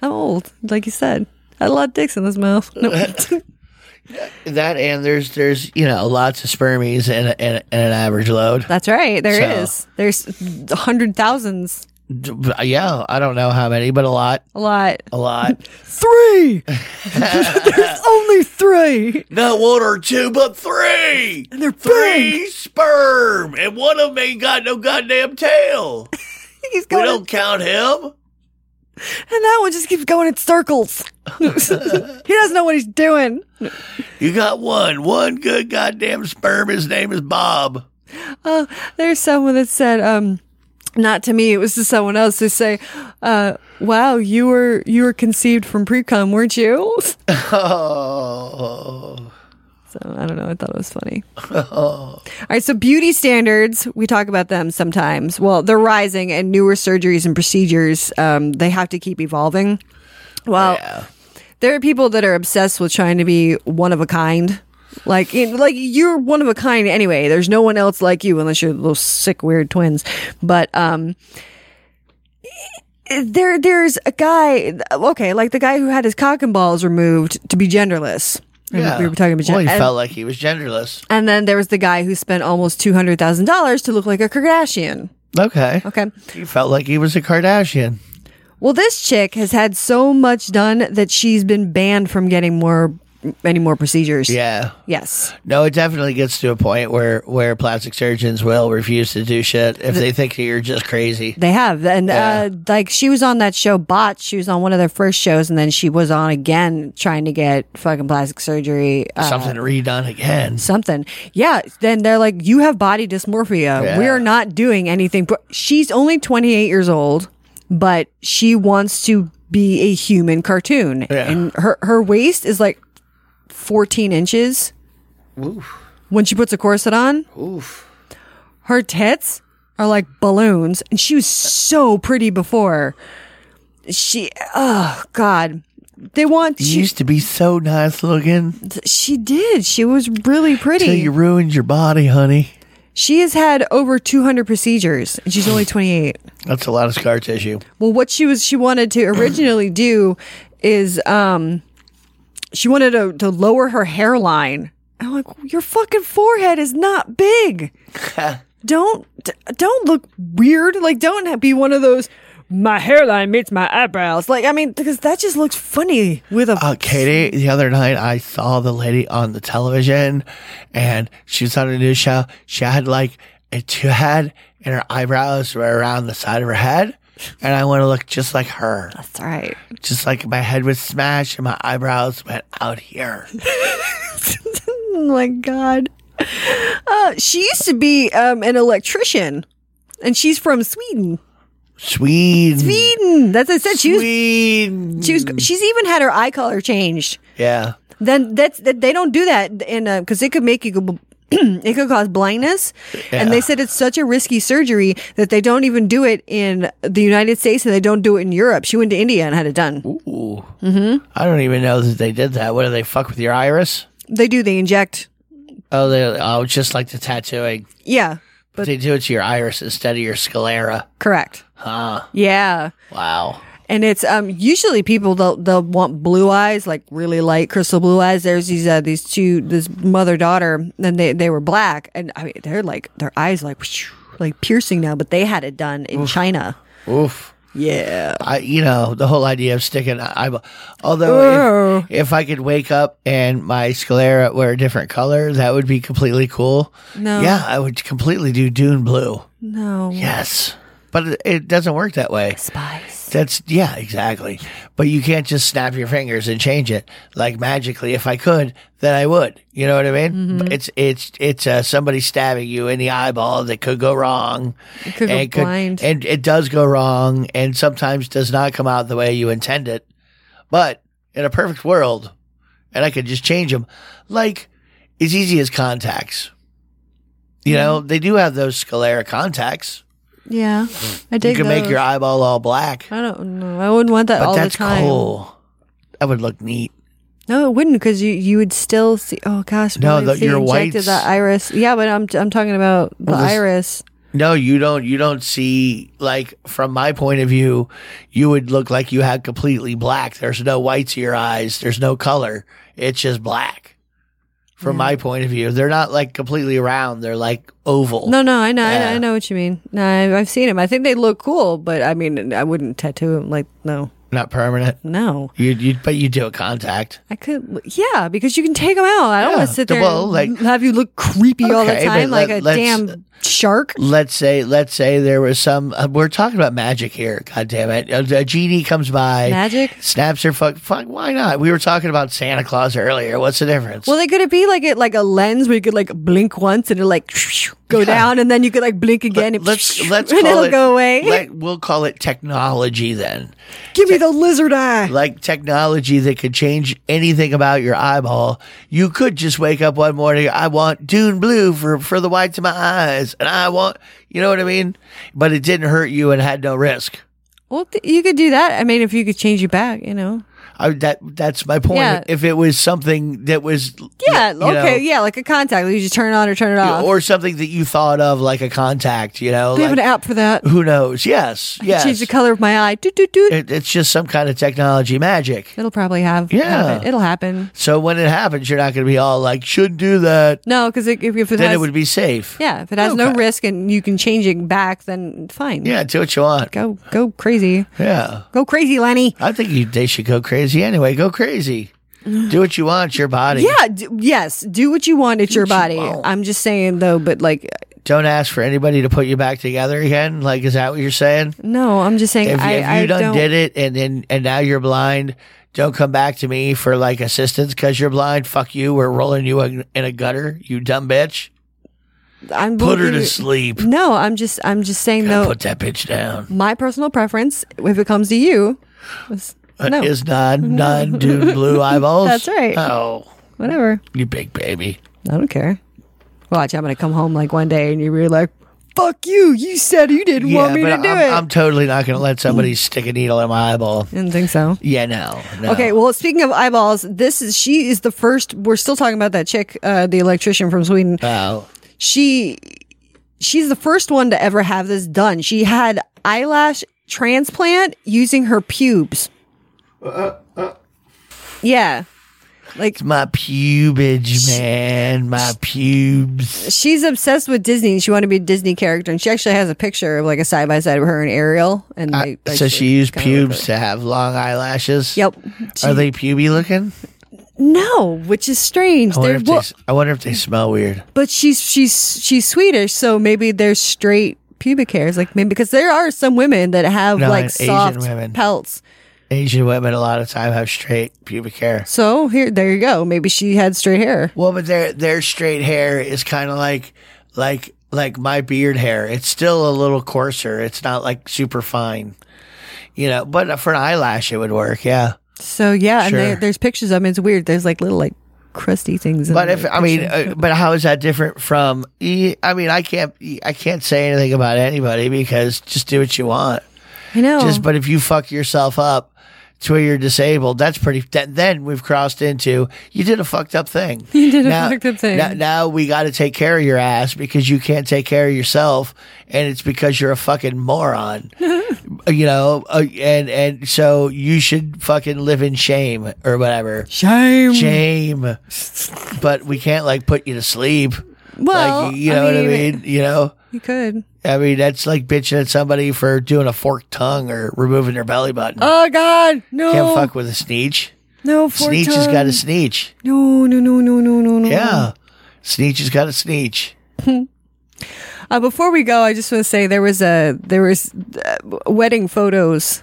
Speaker 8: I'm old, like you said. Had a lot of dicks in this mouth. No.
Speaker 9: That and there's there's you know lots of spermies and a- and, a- and an average load.
Speaker 8: That's right. There
Speaker 9: So-
Speaker 8: is. There's a hundred thousands.
Speaker 9: D- Yeah, I don't know how many, but a lot, [laughs]
Speaker 8: A lot.
Speaker 9: a lot.
Speaker 8: [laughs] Three. There's only three. [laughs] three.
Speaker 9: Not one or two, but three.
Speaker 8: And they're
Speaker 9: three sperm, and one of them ain't got no goddamn tail.
Speaker 8: He's
Speaker 9: we
Speaker 8: going,
Speaker 9: don't count him.
Speaker 8: and that one just keeps going in circles. [laughs] he doesn't know what he's doing.
Speaker 9: You got one, one good goddamn sperm. His name is Bob. [laughs]
Speaker 8: Oh, there's someone that said, um, not to me, it was to someone else to say, uh, wow, you were, you were conceived from pre-cum, weren't you? [laughs]
Speaker 9: Oh,
Speaker 8: So I don't know. I thought it was funny. All right. So beauty standards, we talk about them sometimes. Well, they're rising and newer surgeries and procedures, um, they have to keep evolving. Well, there are people that are obsessed with trying to be one of a kind. Like, in, like you're one of a kind anyway. There's no one else like you unless you're those sick, weird twins. But, um, eh, there, there's a guy. Okay, like the guy who had his cock and balls removed to be genderless.
Speaker 9: yeah.
Speaker 8: we were talking about
Speaker 9: Well,
Speaker 8: gen-
Speaker 9: he
Speaker 8: and-
Speaker 9: felt like he was genderless.
Speaker 8: and then there was the guy who spent almost two hundred thousand dollars to look like a Kardashian.
Speaker 9: Okay.
Speaker 8: Okay.
Speaker 9: He felt like he was a Kardashian.
Speaker 8: Well, this chick has had so much done that she's been banned from getting more any more procedures.
Speaker 9: Yeah.
Speaker 8: Yes.
Speaker 9: No, it definitely gets to a point where where plastic surgeons will refuse to do shit if they think that you're just crazy.
Speaker 8: They have. And
Speaker 9: Yeah.
Speaker 8: uh, like she was on that show Bot. She was on one of their first shows and then she was on again trying to get fucking plastic surgery. Uh,
Speaker 9: Something redone again.
Speaker 8: something. Yeah. Then they're like, you have body dysmorphia.
Speaker 9: Yeah.
Speaker 8: We're not doing anything. But she's only 28 years old, but she wants to be a human cartoon.
Speaker 9: Yeah.
Speaker 8: And her, her waist is like 14 inches. When she puts a corset on,
Speaker 9: Oof.
Speaker 8: her tits are like balloons. And she was so pretty before. She, oh, God. They want
Speaker 9: You
Speaker 8: she,
Speaker 9: used to be so nice looking
Speaker 8: she did. She was really pretty.
Speaker 9: till you ruined your body, honey.
Speaker 8: She has had over 200 procedures and she's only 28.
Speaker 9: That's a lot of scar tissue.
Speaker 8: Well, what she was she wanted to originally do is um she wanted to, to lower her hairline. I'm like, your fucking forehead is not big. don't d- don't look weird. Like, don't ha- be one of those. My hairline meets my eyebrows. Like, I mean, because that just looks funny with a.
Speaker 9: Uh, Katie, the other night I saw the lady on the television and she was on a news show. She had like a two head and her eyebrows were around the side of her head. And I want to look just like her.
Speaker 8: That's right.
Speaker 9: Just like my head was smashed and my eyebrows went out here.
Speaker 8: Oh my god. Uh, she used to be um, an electrician, and she's from Sweden.
Speaker 9: Sweden.
Speaker 8: Sweden. That's what I said. She was,
Speaker 9: Sweden.
Speaker 8: she was. She's even had her eye color changed.
Speaker 9: Yeah.
Speaker 8: Then that's that they don't do that in because it could make you. go bl- [clears throat] It could cause blindness, and they
Speaker 9: Yeah.
Speaker 8: said it's such a risky surgery that they don't even do it in the United States, and they don't do it in Europe. She went to India and had it done.
Speaker 9: Ooh. Mm-hmm. I don't even know that they did that. What do they fuck with your iris?
Speaker 8: They do; they inject.
Speaker 9: Oh, they, oh, just like the tattooing.
Speaker 8: Yeah,
Speaker 9: But they do it to your iris instead of your sclera.
Speaker 8: correct.
Speaker 9: Huh.
Speaker 8: Yeah,
Speaker 9: Wow.
Speaker 8: And it's um usually people they'll they'll want blue eyes like really light crystal blue eyes. There's these uh, these two this mother daughter and they they were black and I mean they're like their eyes like like piercing now, but they had it done in China.
Speaker 9: Oof.
Speaker 8: Yeah,
Speaker 9: I, you know, the whole idea of sticking an eyeball. Although, if, if I could wake up and my sclera were a different color, that would be completely cool.
Speaker 8: No.
Speaker 9: Yeah, I would completely do Dune Blue.
Speaker 8: no
Speaker 9: Yes. But it, it doesn't work that way.
Speaker 8: spice.
Speaker 9: That's, yeah, exactly. But you can't just snap your fingers and change it like magically. If I could, then I would. You know what I mean?
Speaker 8: Mm-hmm.
Speaker 9: But It's, it's, it's uh, somebody stabbing you in the eyeball that could go wrong. It
Speaker 8: could go blind.
Speaker 9: and it does go wrong and sometimes does not come out the way you intend it. But in a perfect world, and I could just change them, like as easy as contacts. You know, they do have those sclera contacts.
Speaker 8: Yeah, I
Speaker 9: You
Speaker 8: dig.
Speaker 9: can make
Speaker 8: those.
Speaker 9: your eyeball all black.
Speaker 8: I don't know. I wouldn't want that
Speaker 9: But
Speaker 8: all
Speaker 9: that's
Speaker 8: the time.
Speaker 9: cool. That would look neat.
Speaker 8: No, it wouldn't because you you would still see. Oh gosh,
Speaker 9: No,
Speaker 8: really,
Speaker 9: the-
Speaker 8: if they
Speaker 9: your
Speaker 8: injected
Speaker 9: whites-
Speaker 8: the iris. Yeah, but I'm I'm talking about the
Speaker 9: Well, this-
Speaker 8: iris.
Speaker 9: No, you don't. You don't see like from my point of view, you would look like you had completely black. There's no white to your eyes. There's no color. It's just black. From my point of view, they're not like completely round. They're like oval.
Speaker 8: No, no, I know, I, know,
Speaker 9: Yeah.
Speaker 8: I know what you mean. No, I, I've seen them. I think they look cool, but I mean, I wouldn't tattoo them. Like, no,
Speaker 9: Not permanent.
Speaker 8: No.
Speaker 9: You you but you do a contact.
Speaker 8: I could, yeah, because you can take them out. I don't
Speaker 9: Yeah,
Speaker 8: want to sit
Speaker 9: the-
Speaker 8: there
Speaker 9: well,
Speaker 8: and
Speaker 9: like-
Speaker 8: l- have you look creepy all the
Speaker 9: Okay, but
Speaker 8: time, like
Speaker 9: let-
Speaker 8: a
Speaker 9: let's-
Speaker 8: damn shark.
Speaker 9: Let's say let's say there was some. Uh, we're talking about magic here. God damn it! Uh, A, a genie comes by.
Speaker 8: Magic?
Speaker 9: snaps her fuck. Fuck. Why not? We were talking about Santa Claus earlier. What's the difference?
Speaker 8: Well, they could it be like it, like a lens where you could like blink once and it like [laughs] go
Speaker 9: Yeah.
Speaker 8: down, and then you could like blink again. [laughs] and
Speaker 9: let's let's
Speaker 8: and
Speaker 9: call
Speaker 8: it'll
Speaker 9: it,
Speaker 8: go
Speaker 9: [laughs]
Speaker 8: away.
Speaker 9: let- we'll call it technology then.
Speaker 8: [laughs] Give me the lizard eye.
Speaker 9: Like technology that could change anything about your eyeball. You could just wake up one morning. I want Dune blue for for the whites of my eyes, and I want you know what I mean. But it didn't hurt you and had no risk.
Speaker 8: Well, th- you could do that. I mean, if you could change your back, you know.
Speaker 9: I, that that's my point.
Speaker 8: Yeah.
Speaker 9: If it was something that was
Speaker 8: Yeah.
Speaker 9: you know,
Speaker 8: okay. yeah, like a contact. You just turn it on or turn it off.
Speaker 9: or something that you thought of like a contact, you know,
Speaker 8: we have an
Speaker 9: like,
Speaker 8: app for that.
Speaker 9: who knows? Yes, yes.
Speaker 8: Change the color of my eye. Doot, doot, doot.
Speaker 9: It, it's just some kind of technology magic.
Speaker 8: It'll probably have.
Speaker 9: Yeah.
Speaker 8: have it. It'll happen.
Speaker 9: So when it happens, you're not going to be all like, "Shouldn't do that."
Speaker 8: No, because if, if it
Speaker 9: Then
Speaker 8: has,
Speaker 9: it would be safe.
Speaker 8: yeah, if it has no
Speaker 9: Okay.
Speaker 8: risk and you can change it back, then fine.
Speaker 9: Yeah, do what you want.
Speaker 8: Go go crazy.
Speaker 9: Yeah,
Speaker 8: Go crazy, Lenny.
Speaker 9: I think you, they should go crazy anyway. Go crazy. do what you want. It's your body.
Speaker 8: Yeah. D- yes. Do what you want. It's your
Speaker 9: what
Speaker 8: body.
Speaker 9: you want.
Speaker 8: I'm just saying though, but like,
Speaker 9: Don't ask for anybody to put you back together again. Like, is that what you're saying?
Speaker 8: no, I'm just saying.
Speaker 9: if,
Speaker 8: I,
Speaker 9: if you
Speaker 8: I
Speaker 9: done
Speaker 8: don't.
Speaker 9: did it and then and now you're blind don't come back to me for like assistance because you're blind fuck you we're rolling you in in a gutter you dumb bitch
Speaker 8: I'm
Speaker 9: put her to
Speaker 8: believing-
Speaker 9: sleep
Speaker 8: No, I'm just. I'm just saying
Speaker 9: Gotta
Speaker 8: though.
Speaker 9: put that bitch down
Speaker 8: my personal preference, if it comes to you, is
Speaker 9: Uh,
Speaker 8: no,
Speaker 9: is
Speaker 8: [laughs]
Speaker 9: non non dude blue eyeballs
Speaker 8: That's right.
Speaker 9: oh
Speaker 8: whatever.
Speaker 9: you big baby
Speaker 8: I don't care. Watch, I'm gonna come home like one day, and you're really like, "Fuck you! You said you didn't want me to
Speaker 9: but
Speaker 8: do
Speaker 9: I'm,
Speaker 8: it."
Speaker 9: I'm totally not gonna let somebody stick a needle in my eyeball
Speaker 8: I didn't think so.
Speaker 9: yeah no, no.
Speaker 8: Okay, well, speaking of eyeballs, this is she is the first. We're still talking about that chick, uh, the electrician from Sweden.
Speaker 9: oh
Speaker 8: She, she's the first one to ever have this done. She had eyelash transplant using her pubes. Yeah, like
Speaker 9: my pubage man my pubes
Speaker 8: she's obsessed with Disney. She wanted to be a Disney character, and she actually has a picture of like a side by side of her and Ariel. And
Speaker 9: Uh,
Speaker 8: they
Speaker 9: so
Speaker 8: actually
Speaker 9: she used
Speaker 8: kinda look
Speaker 9: pubes
Speaker 8: like-
Speaker 9: to have long eyelashes.
Speaker 8: Yep.
Speaker 9: Are
Speaker 8: She-
Speaker 9: they puby looking?
Speaker 8: No, which is strange.
Speaker 9: I wonder,
Speaker 8: They're-
Speaker 9: if they,
Speaker 8: well,
Speaker 9: s- I wonder if they smell weird.
Speaker 8: but she's she's she's Swedish, so maybe they're straight pubic hairs. Like maybe because there are some women that have
Speaker 9: No,
Speaker 8: like
Speaker 9: and Asian
Speaker 8: soft
Speaker 9: women.
Speaker 8: pelts.
Speaker 9: Asian women a lot of time have straight pubic hair.
Speaker 8: So here, there you go. Maybe she had straight hair.
Speaker 9: Well, but their their straight hair is kind of like like like my beard hair. It's still a little coarser. It's not like super fine. You know, but for an eyelash it would work, yeah.
Speaker 8: So yeah, and there,
Speaker 9: Sure.
Speaker 8: there's pictures of them. It's weird. There's like little like crusty things. in
Speaker 9: But
Speaker 8: the
Speaker 9: if I mean,
Speaker 8: picture.
Speaker 9: uh, but how is that different from? e- I mean, I can't I can't say anything about anybody because just do what you want.
Speaker 8: I know.
Speaker 9: Just but if you fuck yourself up to where you're disabled, that's pretty. That, then we've crossed into you did a fucked
Speaker 8: [laughs]
Speaker 9: up thing. You
Speaker 8: did a fucked up thing.
Speaker 9: Now, now we got to take care of your ass because you can't take care of yourself, and it's because you're a
Speaker 8: [laughs]
Speaker 9: fucking moron. you know, uh, and and so you should fucking live in shame or whatever.
Speaker 8: shame. [laughs]
Speaker 9: Shame, but we can't like put you to sleep.
Speaker 8: Well,
Speaker 9: like, you
Speaker 8: I
Speaker 9: know what I
Speaker 8: mean-
Speaker 9: mean. You know.
Speaker 8: You could.
Speaker 9: I mean, that's like bitching at somebody for doing a forked tongue or removing their belly button.
Speaker 8: Oh God, no!
Speaker 9: Can't fuck with a sneech.
Speaker 8: No, four
Speaker 9: sneech has got a
Speaker 8: times.
Speaker 9: sneech.
Speaker 8: No, no, no, no, no, no, no.
Speaker 9: Yeah. Sneech has got a sneech.
Speaker 8: Uh, before we go, I just want to say there was a there was uh, wedding photos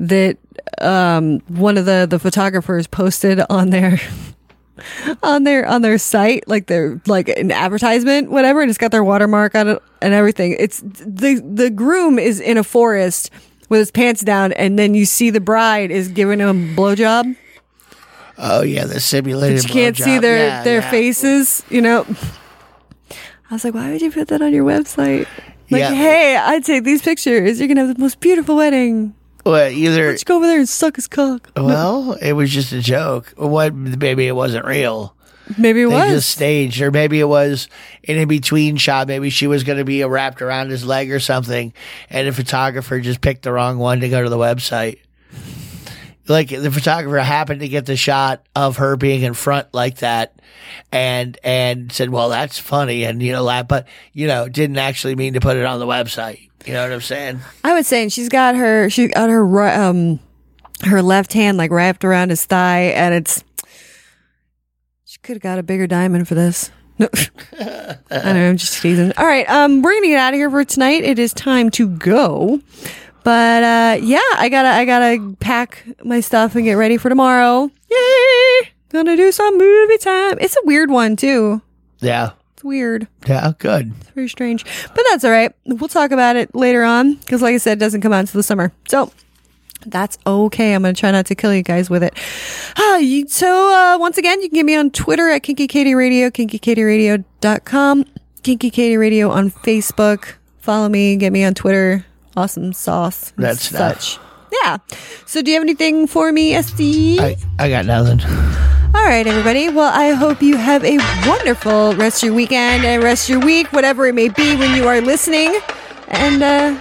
Speaker 8: that um, one of the the photographers posted on their [laughs] on their on their site, like their like an advertisement, whatever, and it's got their watermark on it and everything. It's the the groom is in a forest with his pants down, and then you see the bride is giving him a blowjob.
Speaker 9: Oh, yeah. The simulated.
Speaker 8: But you can't
Speaker 9: blowjob.
Speaker 8: see their
Speaker 9: Yeah,
Speaker 8: their
Speaker 9: yeah.
Speaker 8: faces, you know. I was like, why would you put that on your website? Like,
Speaker 9: Yeah.
Speaker 8: hey, I'd take these pictures. You're gonna have the most beautiful wedding.
Speaker 9: Well, either.
Speaker 8: Let's go over there and suck his cock.
Speaker 9: Well, it was just a joke. What? Maybe it wasn't real.
Speaker 8: Maybe it
Speaker 9: They
Speaker 8: was.
Speaker 9: just staged, or maybe it was an in between shot. Maybe she was going to be wrapped around his leg or something, and the photographer just picked the wrong one to go to the website. Like the photographer happened to get the shot of her being in front like that, and and said, "Well, that's funny," and you know, laugh, but you know, didn't actually mean to put it on the website. You know what I'm saying?
Speaker 8: I was saying she's got her she's got her ri- um her left hand like wrapped around his thigh, and it's. She could have got a bigger diamond for this. [laughs] No. I don't know. I'm just teasing. All right. Um, we're gonna get out of here for tonight. It is time to go. But uh, yeah, I gotta I gotta pack my stuff and get ready for tomorrow. Yay! Gonna do some movie time. It's a weird one too.
Speaker 9: Yeah.
Speaker 8: It's weird.
Speaker 9: Yeah. Good.
Speaker 8: It's very strange, but that's all right. We'll talk about it later on because, like I said, it doesn't come out until the summer. So that's okay. I'm going to try not to kill you guys with it. Ah, you, so, uh, once again, you can get me on Twitter at Kinky Katie Radio, kinkykatieradio.com, Kinky Katie Radio on Facebook. Follow me, get me on Twitter. Awesome sauce. and
Speaker 9: That's
Speaker 8: such. Yeah. So, do you have anything for me, SD?
Speaker 9: I, I got nothing.
Speaker 8: All right, everybody. Well, I hope you have a wonderful rest of your weekend and rest of your week, whatever it may be when you are listening. And uh,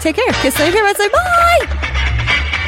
Speaker 8: take care. Kiss later. Everybody say bye.